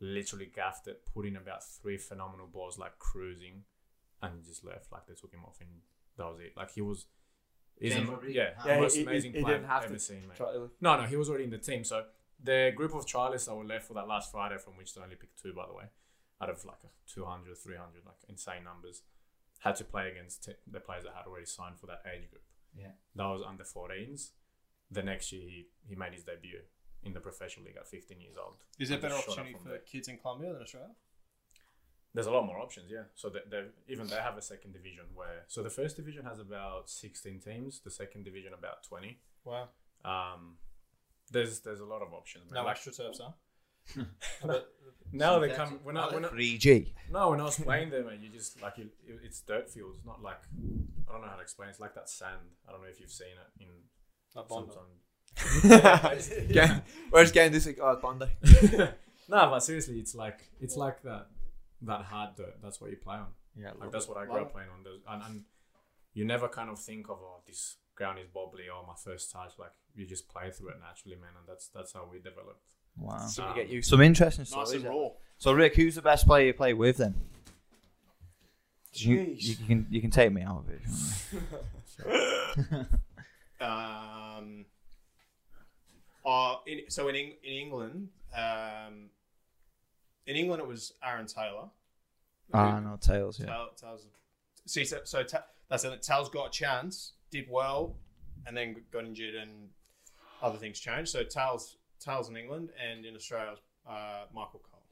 Speaker 3: Literally gaffed it, put in about three phenomenal balls, like cruising, and just left. Like they took him off, and that was it. Like he was, he's
Speaker 1: James
Speaker 3: a-
Speaker 1: Rodriguez.
Speaker 3: yeah,
Speaker 1: Yeah,
Speaker 3: most
Speaker 2: he- he-
Speaker 3: amazing
Speaker 2: he
Speaker 3: player
Speaker 2: didn't have
Speaker 3: I've ever
Speaker 2: to
Speaker 3: seen, mate.
Speaker 2: Try-
Speaker 3: No, no, he was already in the team. So the group of trialists that were left for that last Friday, from which they only picked two, by the way, out of like a 200, 300, like insane numbers, had to play against t- the players that had already signed for that age group.
Speaker 1: Yeah.
Speaker 3: That was under 14s. The next year, he, he made his debut in the professional league at 15 years old.
Speaker 4: Is there
Speaker 3: And
Speaker 4: better
Speaker 3: just shot up
Speaker 4: opportunity
Speaker 3: from
Speaker 4: for
Speaker 3: there.
Speaker 4: kids in Colombia than Australia?
Speaker 3: There's a lot more options, yeah. So they, they even they have a second division where so the first division has about 16 teams, the second division about 20.
Speaker 4: Wow.
Speaker 3: Um, there's there's a lot of options. man.
Speaker 4: No
Speaker 3: Like,
Speaker 4: extra turfs, huh?
Speaker 3: now they come when
Speaker 2: Uh,
Speaker 3: I, when I,
Speaker 1: Three G.
Speaker 3: No, when I was playing there, man, you just like you, it- it's dirt fields, not like I don't know how to explain. It's like that sand. I don't know if you've seen it in
Speaker 4: Not Bondi.
Speaker 3: sometimes.
Speaker 2: yeah. Where's game this week? Oh, it's Bondi.
Speaker 3: no, but seriously, it's like it's like that that hard dirt. That's what you play on.
Speaker 1: Yeah,
Speaker 3: Like that's what I grew up playing on. Those and, and you never kind of think of oh this ground is bobbly or my first touch. Like you just play through it naturally, man. And that's that's how we developed.
Speaker 1: wow.
Speaker 2: So
Speaker 3: Um,
Speaker 2: you get used.
Speaker 1: Some interesting
Speaker 4: Nice
Speaker 1: stories.
Speaker 4: and
Speaker 1: there.
Speaker 4: raw.
Speaker 1: So, Rick, who's the best player you play with then? You,
Speaker 4: Jeez.
Speaker 1: you can you can take me out of it. if you want.
Speaker 4: Um, uh, in, so in, Eng- in England, um, in England it was Aaron Taylor.
Speaker 1: Ah, no tails. Yeah.
Speaker 4: Taylor, Taylor's, see, so, so Ta- that's it. Taylor's got a chance, did well, and then got injured, and other things changed. So Tails, Tails in England, and in Australia, it was, uh, Michael Cole.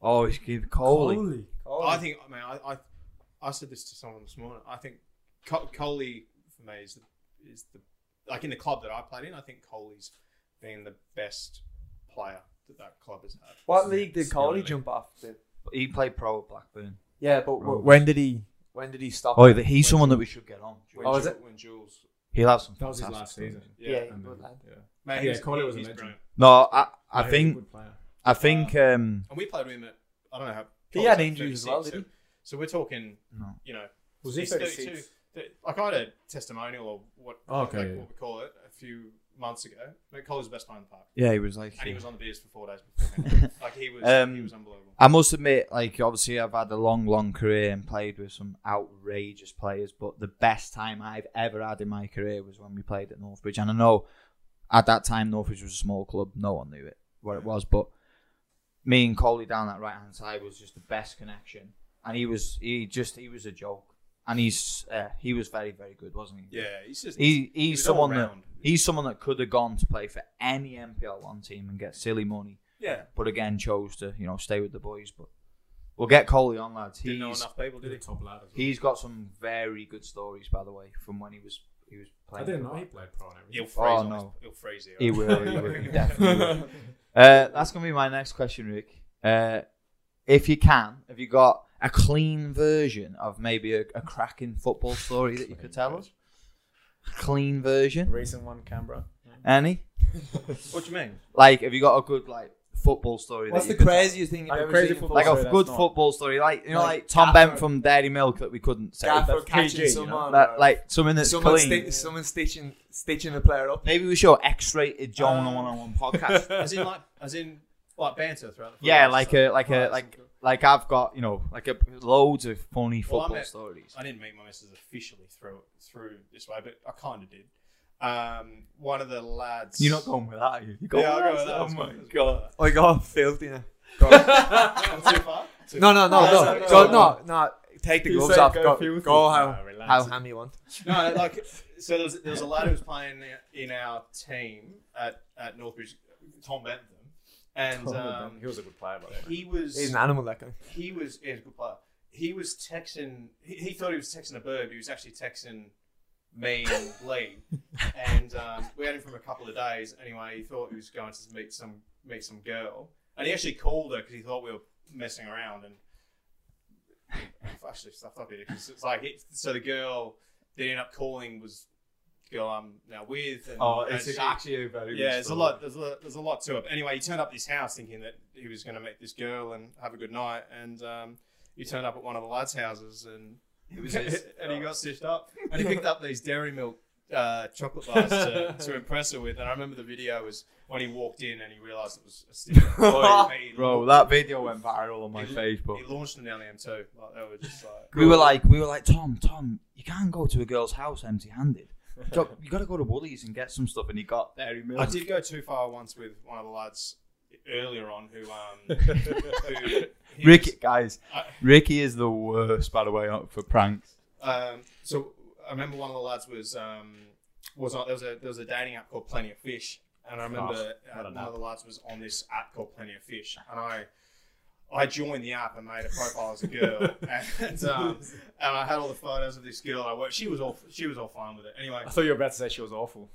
Speaker 1: Oh, he's give Coley.
Speaker 2: Oh,
Speaker 4: I think, I mean, I, I, I said this to someone this morning. I think Co- Coley for me is the, is the like in the club that I played in. I think Coley's been the best player that that club has had.
Speaker 2: What league did Coley
Speaker 3: Scotland.
Speaker 2: jump off? To?
Speaker 1: He played pro at Blackburn.
Speaker 2: Yeah, but
Speaker 1: Bro.
Speaker 2: wh- when did he? When did he stop?
Speaker 1: Oh, but he's someone that we should get on.
Speaker 4: When,
Speaker 2: Oh, is
Speaker 4: Ju-
Speaker 2: it?
Speaker 4: when Jules,
Speaker 1: He'll have some.
Speaker 3: That was his
Speaker 1: fantastic
Speaker 3: last
Speaker 1: stories.
Speaker 3: season.
Speaker 2: yeah,
Speaker 3: And then-
Speaker 2: yeah.
Speaker 3: yeah.
Speaker 4: Mate,
Speaker 3: Yeah,
Speaker 4: he's-
Speaker 3: Coley was a
Speaker 4: he's
Speaker 3: legend.
Speaker 4: brilliant.
Speaker 1: No, I I
Speaker 3: Yeah, he's a
Speaker 1: think
Speaker 3: good player.
Speaker 1: I think um
Speaker 4: and we played with him at I don't know how
Speaker 2: He
Speaker 4: Coley's
Speaker 2: had
Speaker 4: like
Speaker 2: injuries as well,
Speaker 4: 36,
Speaker 2: didn't
Speaker 4: so, so we're talking,
Speaker 1: No.
Speaker 4: you know,
Speaker 3: Was he
Speaker 4: he's
Speaker 3: 32?
Speaker 4: 32. that- like I had a testimonial or what,
Speaker 3: Oh, okay,
Speaker 4: like
Speaker 3: yeah.
Speaker 4: what we call it a few months ago. But Coley's the best player in the park,
Speaker 1: yeah, he was like
Speaker 4: and he was on the beers for four days before. like he was,
Speaker 1: Um,
Speaker 4: he was unbelievable.
Speaker 1: I must admit, like obviously, I've had a long, long career and played with some outrageous players. But the best time I've ever had in my career was when we played at Northbridge, and I know At that time, Northwich was a small club. No one knew it what it was, but me and Coley down that right hand side was just the best connection. And he was he just he was a joke, and he's uh, he was very very good, wasn't he?
Speaker 4: Yeah, he's just
Speaker 1: He he's
Speaker 4: was all
Speaker 1: someone that
Speaker 4: round.
Speaker 1: he's someone that could have gone to play for any NPL one team and get silly money,
Speaker 4: yeah.
Speaker 1: but again chose to you know stay with the boys. But we'll get Coley on lads.
Speaker 4: Didn't know
Speaker 1: He's-
Speaker 4: enough people, did
Speaker 3: Did
Speaker 4: he?
Speaker 3: a
Speaker 2: Oh,
Speaker 3: top lad as well.
Speaker 1: He's got some very good stories, by the way, from when he was he was
Speaker 3: I
Speaker 1: playing.
Speaker 3: didn't know he played pro and everything.
Speaker 4: He'll freeze.
Speaker 1: Oh,
Speaker 4: on
Speaker 1: no.
Speaker 4: his- He'll freeze here.
Speaker 1: He will. He will. He definitely will. Uh, that's gonna be my next question, Rick. Uh, if you can, have you got a clean version of maybe a, a cracking football story that you could tell us? Clean version?
Speaker 3: Recent one, Canberra.
Speaker 1: Any?
Speaker 4: What do you mean?
Speaker 1: Like, have you got a good like football story?
Speaker 2: What's
Speaker 1: that
Speaker 2: the
Speaker 1: you could tell?
Speaker 2: craziest thing you've
Speaker 3: Like a
Speaker 2: ever
Speaker 3: crazy
Speaker 2: seen? in
Speaker 3: football
Speaker 1: Like
Speaker 3: story
Speaker 1: a
Speaker 3: that's
Speaker 1: good
Speaker 3: not-
Speaker 1: football story, like you know,
Speaker 2: Like
Speaker 1: like, Tom
Speaker 2: Gaffer-
Speaker 1: Bent from Dairy Milk that we couldn't say.
Speaker 2: Gaffer
Speaker 3: That's
Speaker 2: catching
Speaker 3: KG, you know?
Speaker 2: someone.
Speaker 1: That-
Speaker 2: or
Speaker 1: like something that's
Speaker 2: someone,
Speaker 1: clean.
Speaker 2: sti- someone stitching stitching a player up.
Speaker 1: Maybe we should X-rated John on
Speaker 4: Uh,
Speaker 1: a one-on-one podcast.
Speaker 4: As in like, as in like banter throughout the.
Speaker 1: yeah,
Speaker 4: podcast.
Speaker 1: like a like a like like I've got you know like a, loads of funny
Speaker 4: Well, I
Speaker 1: football
Speaker 4: met-
Speaker 1: stories.
Speaker 4: I didn't meet my missus officially through through this way, but I kind of did. Um, one of the lads.
Speaker 1: You're not going with that, are you? You're going
Speaker 4: Yeah, I'll go with that.
Speaker 1: Oh
Speaker 4: That's
Speaker 1: my
Speaker 4: good.
Speaker 1: god!
Speaker 2: I got filthy now.
Speaker 4: Too far. Too
Speaker 2: No, no, no,
Speaker 4: No,
Speaker 2: no,
Speaker 4: no,
Speaker 2: go,
Speaker 4: no.
Speaker 2: no, no. Take the
Speaker 3: You
Speaker 2: gloves
Speaker 3: said
Speaker 2: off.
Speaker 3: go
Speaker 2: Go,
Speaker 3: filthy.
Speaker 2: go how
Speaker 3: No, relax.
Speaker 2: how ham you want.
Speaker 4: No, like so there was, there was a lad who was playing in our team at, at Northbridge, Tom Bentham, and um,
Speaker 3: he was a good player, by the way.
Speaker 4: he was
Speaker 2: He's an animal, that guy.
Speaker 4: he was yeah, he's a good player. He was texting. He, he thought he was texting a bird. He was actually texting me and Lee, and um, we had him for a couple of days. Anyway, he thought he was going to meet some meet some girl, and he actually called her because he thought we were messing around. And actually, stuff up here because it's like it, so the girl they ended up calling was the girl I'm now with. And,
Speaker 3: Oh,
Speaker 4: and she-
Speaker 1: actually a very
Speaker 4: yeah, there's a lot. There's a there's a lot to it. But anyway, he turned up at this house thinking that he was going to meet this girl and have a good night, and um, he turned up at one of the lads' houses, and he was and he got stitched up, and he picked up these dairy milk uh, chocolate bars to, to impress her with. And I remember the video was when he walked in and he realised it was a stitch. Boy, he-
Speaker 1: Oh Bro, that video went viral on my
Speaker 4: He-
Speaker 1: Facebook.
Speaker 4: He launched an LM too. Like they were just like.
Speaker 1: We were like, we were like, Tom, Tom, you can't go to a girl's house empty-handed. You got, you got to go to Woolies and get some stuff. And he got Dairy Milk.
Speaker 4: I did go too far once with one of the lads earlier on who um who he
Speaker 1: Ricky, guys,
Speaker 4: I-
Speaker 1: Ricky is the worst, by the way, uh, for pranks.
Speaker 4: Um, so I remember one of the lads was um, was on, there was a there was a dating app called Plenty of Fish, and I remember
Speaker 3: Oh,
Speaker 1: Ah,
Speaker 4: uh,
Speaker 3: not an
Speaker 4: one
Speaker 3: app.
Speaker 4: of the lads was on this app called Plenty of Fish, and I I joined the app and made a profile as a girl, and um, and I had all the photos of this girl. I worked. She was all she was all fine with it. Anyway,
Speaker 3: I thought you were about to say she was awful.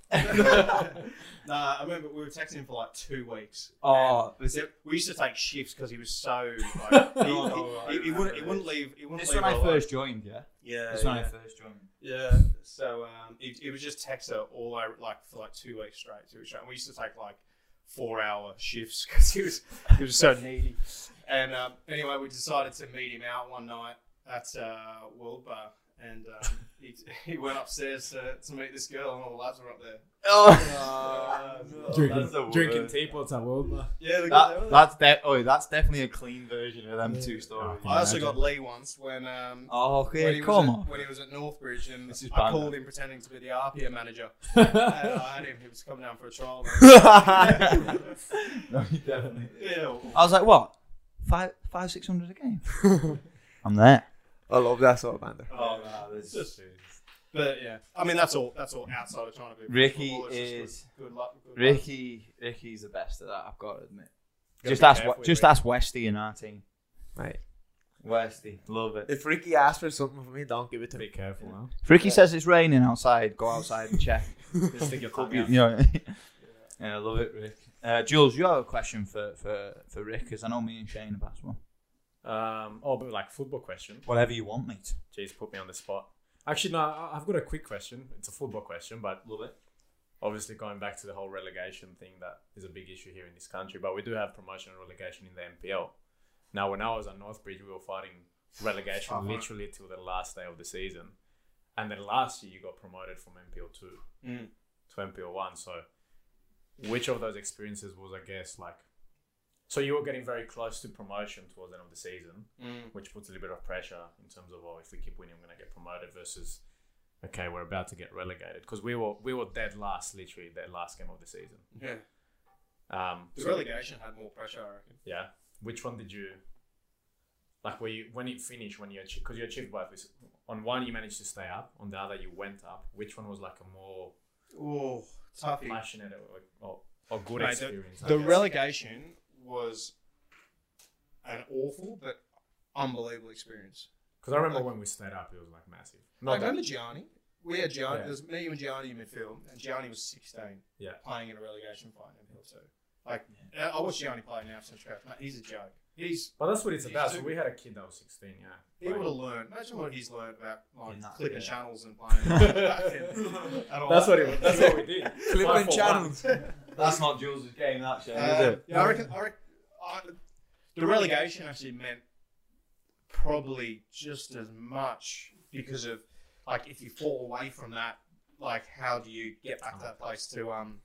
Speaker 4: nah, I remember we were texting for like two weeks.
Speaker 2: Oh,
Speaker 4: And we used to take shifts because he was so like, he,
Speaker 2: Oh,
Speaker 4: he, he, he
Speaker 2: I
Speaker 4: wouldn't he
Speaker 2: remember
Speaker 4: wouldn't leave. He wouldn't
Speaker 1: This
Speaker 4: leave
Speaker 1: when I
Speaker 4: our-
Speaker 1: first joined, yeah.
Speaker 4: Yeah,
Speaker 1: This when I
Speaker 4: yeah.
Speaker 1: first joined.
Speaker 4: Yeah. So um, it, it was just text her all over, like for like two weeks straight, two weeks straight. And we used to take like four hour shifts because he was he was so needy. And um, anyway, we decided to meet him out one night at uh, World Bar, and um, he, he went upstairs to, to meet this girl, and all the lads were up there.
Speaker 1: Oh,
Speaker 3: Uh, Drinking,
Speaker 1: the
Speaker 3: drinking
Speaker 1: worst.
Speaker 3: teapots at World
Speaker 4: Yeah, the
Speaker 1: That, that's de- oh, that's definitely a clean version of them two stories.
Speaker 4: I also got Lee once when um,
Speaker 1: Oh,
Speaker 4: when, Oh, he
Speaker 1: okay,
Speaker 4: was
Speaker 1: come
Speaker 4: at,
Speaker 1: on.
Speaker 4: when he was at Northbridge, and
Speaker 1: This is
Speaker 4: I
Speaker 1: bad.
Speaker 4: called him pretending to be the RPM manager. and I had him; he was coming down for a trial.
Speaker 1: no, you definitely.
Speaker 4: Yeah.
Speaker 1: I was like, what? Five, five, six hundred a game. I'm there.
Speaker 2: I love that sort of banter.
Speaker 4: Oh, But yeah, I mean that's all. That's all outside of trying to be.
Speaker 1: Ricky
Speaker 4: football, it's just
Speaker 1: is-
Speaker 4: good, good luck. Good luck.
Speaker 1: Ricky, Ricky's the best at that. I've got to admit. Just
Speaker 4: be
Speaker 1: ask,
Speaker 4: careful,
Speaker 1: just
Speaker 4: Rick.
Speaker 1: ask Westy in our team.
Speaker 2: Right.
Speaker 1: Westy, love it.
Speaker 2: If Ricky asks for something from me, don't give it to
Speaker 3: Be
Speaker 2: me.
Speaker 3: careful now.
Speaker 1: If Ricky says it's raining outside, go outside and check.
Speaker 3: Just stick your
Speaker 1: You
Speaker 3: tongue out.
Speaker 1: know. yeah, I love it, Rick. Uh, Jules, you have a question for for for Rick because I know me and Shane have asked one.
Speaker 3: Um, oh, but like football question.
Speaker 1: Whatever you want, mate.
Speaker 3: Jeez, put me on the spot. Actually, no, I- I've got a quick question. It's a football question, but
Speaker 1: Love it.
Speaker 3: obviously going back to the whole relegation thing that is a big issue here in this country, but we do have promotion and relegation in the NPL. Now, when I was at Northbridge, we were fighting relegation
Speaker 4: Uh-huh.
Speaker 3: literally till the last day of the season, and then last year you got promoted from NPL two
Speaker 4: Mm.
Speaker 3: to NPL one. So, which of those experiences was, I guess, like, so you were getting very close to promotion towards the end of the season,
Speaker 4: Mm.
Speaker 3: which puts a little bit of pressure in terms of, oh, if we keep winning, we're gonna get promoted versus okay, we're about to get relegated because we were we were dead last, literally dead last game of the season.
Speaker 4: Yeah.
Speaker 3: Um,
Speaker 4: The relegation had more pressure, I reckon.
Speaker 3: yeah. Which one did you like? Were you when it finished when you achieved because you achieved both? This on one you managed to stay up, on the other you went up. Which one was like a more
Speaker 4: Oh, toughy.
Speaker 3: passionate or, or, or good
Speaker 4: Mate, the-
Speaker 3: experience? I
Speaker 4: The
Speaker 3: guess?
Speaker 4: relegation was an awful but unbelievable experience.
Speaker 3: Because I remember when we stayed up, it was like massive.
Speaker 4: I
Speaker 3: Not that,
Speaker 4: remember Gianni. We had Gianni.
Speaker 3: Yeah.
Speaker 4: It was me and Gianni in midfield, and Gianni was 16.
Speaker 3: Yeah.
Speaker 4: Playing in a relegation fight in Hill 2. Like, I- I watched Gianni play now since scratch. Mate, he's a joke. He's.
Speaker 3: but that's what it's
Speaker 4: These
Speaker 3: about. So
Speaker 4: two-
Speaker 3: we had a kid that was 16, yeah.
Speaker 4: He
Speaker 3: Like,
Speaker 4: would have learned. Imagine what he's learned about like,
Speaker 1: In that-
Speaker 4: clipping
Speaker 3: yeah.
Speaker 4: channels and playing. back then and all
Speaker 3: that's
Speaker 4: that.
Speaker 3: what it was. That's what we did. Five
Speaker 2: Clipping
Speaker 3: for
Speaker 2: channels.
Speaker 1: That's not Jules' game, that shit, is
Speaker 4: Uh,
Speaker 1: it?
Speaker 4: yeah, I reckon. I reckon I, the relegation actually meant probably just as much because of like if you fall away from that, like how do you get back to that place to um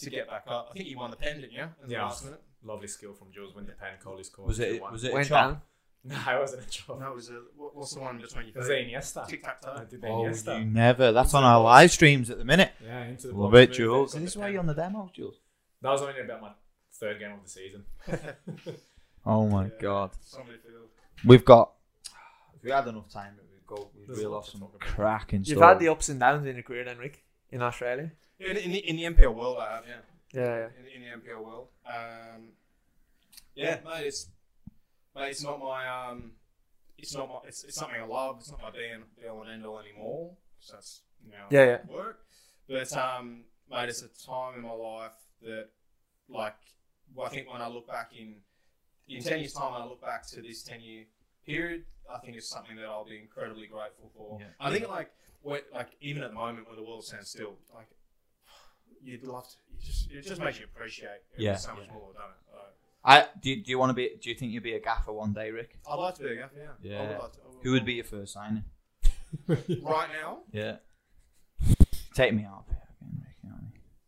Speaker 4: to get back up? I think you won the pendant, yeah, in the
Speaker 3: Yeah.
Speaker 4: last minute.
Speaker 3: one. Lovely skill from Jules when the pan call is called.
Speaker 1: Was it, was it a
Speaker 2: Went
Speaker 1: chop?
Speaker 2: down.
Speaker 3: No, it wasn't a job.
Speaker 4: No, it was a, what, what's the one between
Speaker 3: It was
Speaker 4: you?
Speaker 3: an Iniesta.
Speaker 4: Tic tac
Speaker 3: I
Speaker 4: toe.
Speaker 3: did the
Speaker 1: Oh,
Speaker 3: Iniesta.
Speaker 1: you never. That's on our live streams at the minute.
Speaker 3: Yeah, into the
Speaker 1: Love
Speaker 3: box,
Speaker 1: it,
Speaker 3: moved
Speaker 1: Jules.
Speaker 3: it, got
Speaker 1: Is this
Speaker 3: the
Speaker 1: why
Speaker 3: pen.
Speaker 1: you're on the demo, Jules?
Speaker 3: That was only about my third game of the season.
Speaker 1: Oh my
Speaker 4: Yeah.
Speaker 1: god.
Speaker 4: Somebody feel.
Speaker 1: We've got. If we had enough time, we'd go. We'd
Speaker 3: There's a
Speaker 1: reel
Speaker 3: lot
Speaker 1: off
Speaker 3: to
Speaker 1: some
Speaker 3: talk about.
Speaker 1: cracking
Speaker 2: You've
Speaker 1: stories.
Speaker 2: had the ups and downs in your career, then, Rick, in Australia.
Speaker 4: In, in, the, in the NPL world, I have, yeah.
Speaker 2: Yeah, yeah.
Speaker 4: in, in the NPL world. Um, yeah, mate, it's mate, it's not my um, it's not my it's, it's something I love. It's not my be and be all and end all anymore. So that's you know
Speaker 2: Yeah, yeah.
Speaker 4: work. But um, mate, it's a time in my life that like well, I think when I look back in in ten years time, when I look back to this ten year period. I think it's something that I'll be incredibly grateful for.
Speaker 1: Yeah.
Speaker 4: I think like when, like even at the moment when the world stands still, like you'd love to. You just, it just makes you appreciate it
Speaker 1: Yeah.
Speaker 4: so much more, don't it? Like,
Speaker 1: I do. Do you want to be? Do you think you'll be a gaffer one day, Rick?
Speaker 4: I'd like to be a gaffer, yeah. I
Speaker 1: Yeah.
Speaker 4: would like to, I would-
Speaker 1: Who would be your first signing?
Speaker 4: right now?
Speaker 1: Yeah. Take me out. again, Rick, you know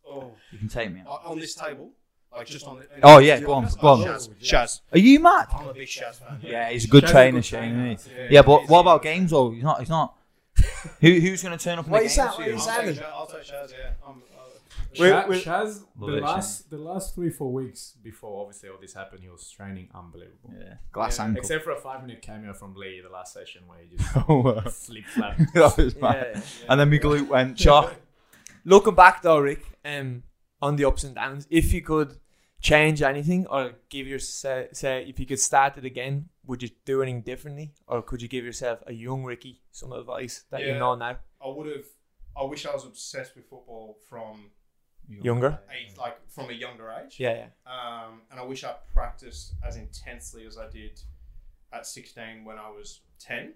Speaker 1: what I mean?
Speaker 4: Oh,
Speaker 1: You can take me out.
Speaker 4: on on this table, like just on. The,
Speaker 1: Oh, yeah, go on, go on.
Speaker 4: Shaz, Shaz.
Speaker 1: Are you mad?
Speaker 4: I'm a big Shaz fan.
Speaker 1: Yeah, he's a good
Speaker 3: Shaq's a
Speaker 1: trainer,
Speaker 3: good
Speaker 1: Shane.
Speaker 3: trainer.
Speaker 1: Isn't he?
Speaker 4: Yeah,
Speaker 1: Yeah, but
Speaker 4: he's-
Speaker 1: what about
Speaker 4: he's-
Speaker 1: games though? He's not. He's not. Who, who's going to turn up in
Speaker 2: Wait,
Speaker 1: the
Speaker 2: he's
Speaker 1: games?
Speaker 2: out,
Speaker 1: for
Speaker 2: wait,
Speaker 1: you?
Speaker 2: he's
Speaker 4: I'll
Speaker 2: out.
Speaker 4: take Shaz, I'll take Shaz, yeah. I'm, uh,
Speaker 2: Wait,
Speaker 3: Sha-
Speaker 2: wait.
Speaker 3: Shaz, the
Speaker 1: Love it,
Speaker 3: last, the last three, four weeks before obviously all this happened, he was training unbelievable.
Speaker 1: Yeah, glass
Speaker 4: Yeah.
Speaker 1: ankle.
Speaker 3: Except for a five minute cameo from Lee the last session where he just
Speaker 1: Oh, wow.
Speaker 3: flip flapped.
Speaker 1: that was
Speaker 2: yeah,
Speaker 1: mad.
Speaker 2: yeah.
Speaker 1: And then my glute went chop.
Speaker 2: Looking back though, Rick, um, on the ups and downs, if you could change anything or give yourself, say, if you could start it again, would you do anything differently, or could you give yourself a young Ricky some advice that you
Speaker 4: Yeah.
Speaker 2: know now,
Speaker 4: I would have. I wish I was obsessed with football from
Speaker 2: younger?
Speaker 4: a like from a younger age.
Speaker 2: Yeah, yeah,
Speaker 4: Um, and I wish I practiced as intensely as I did at 16 when I was 10.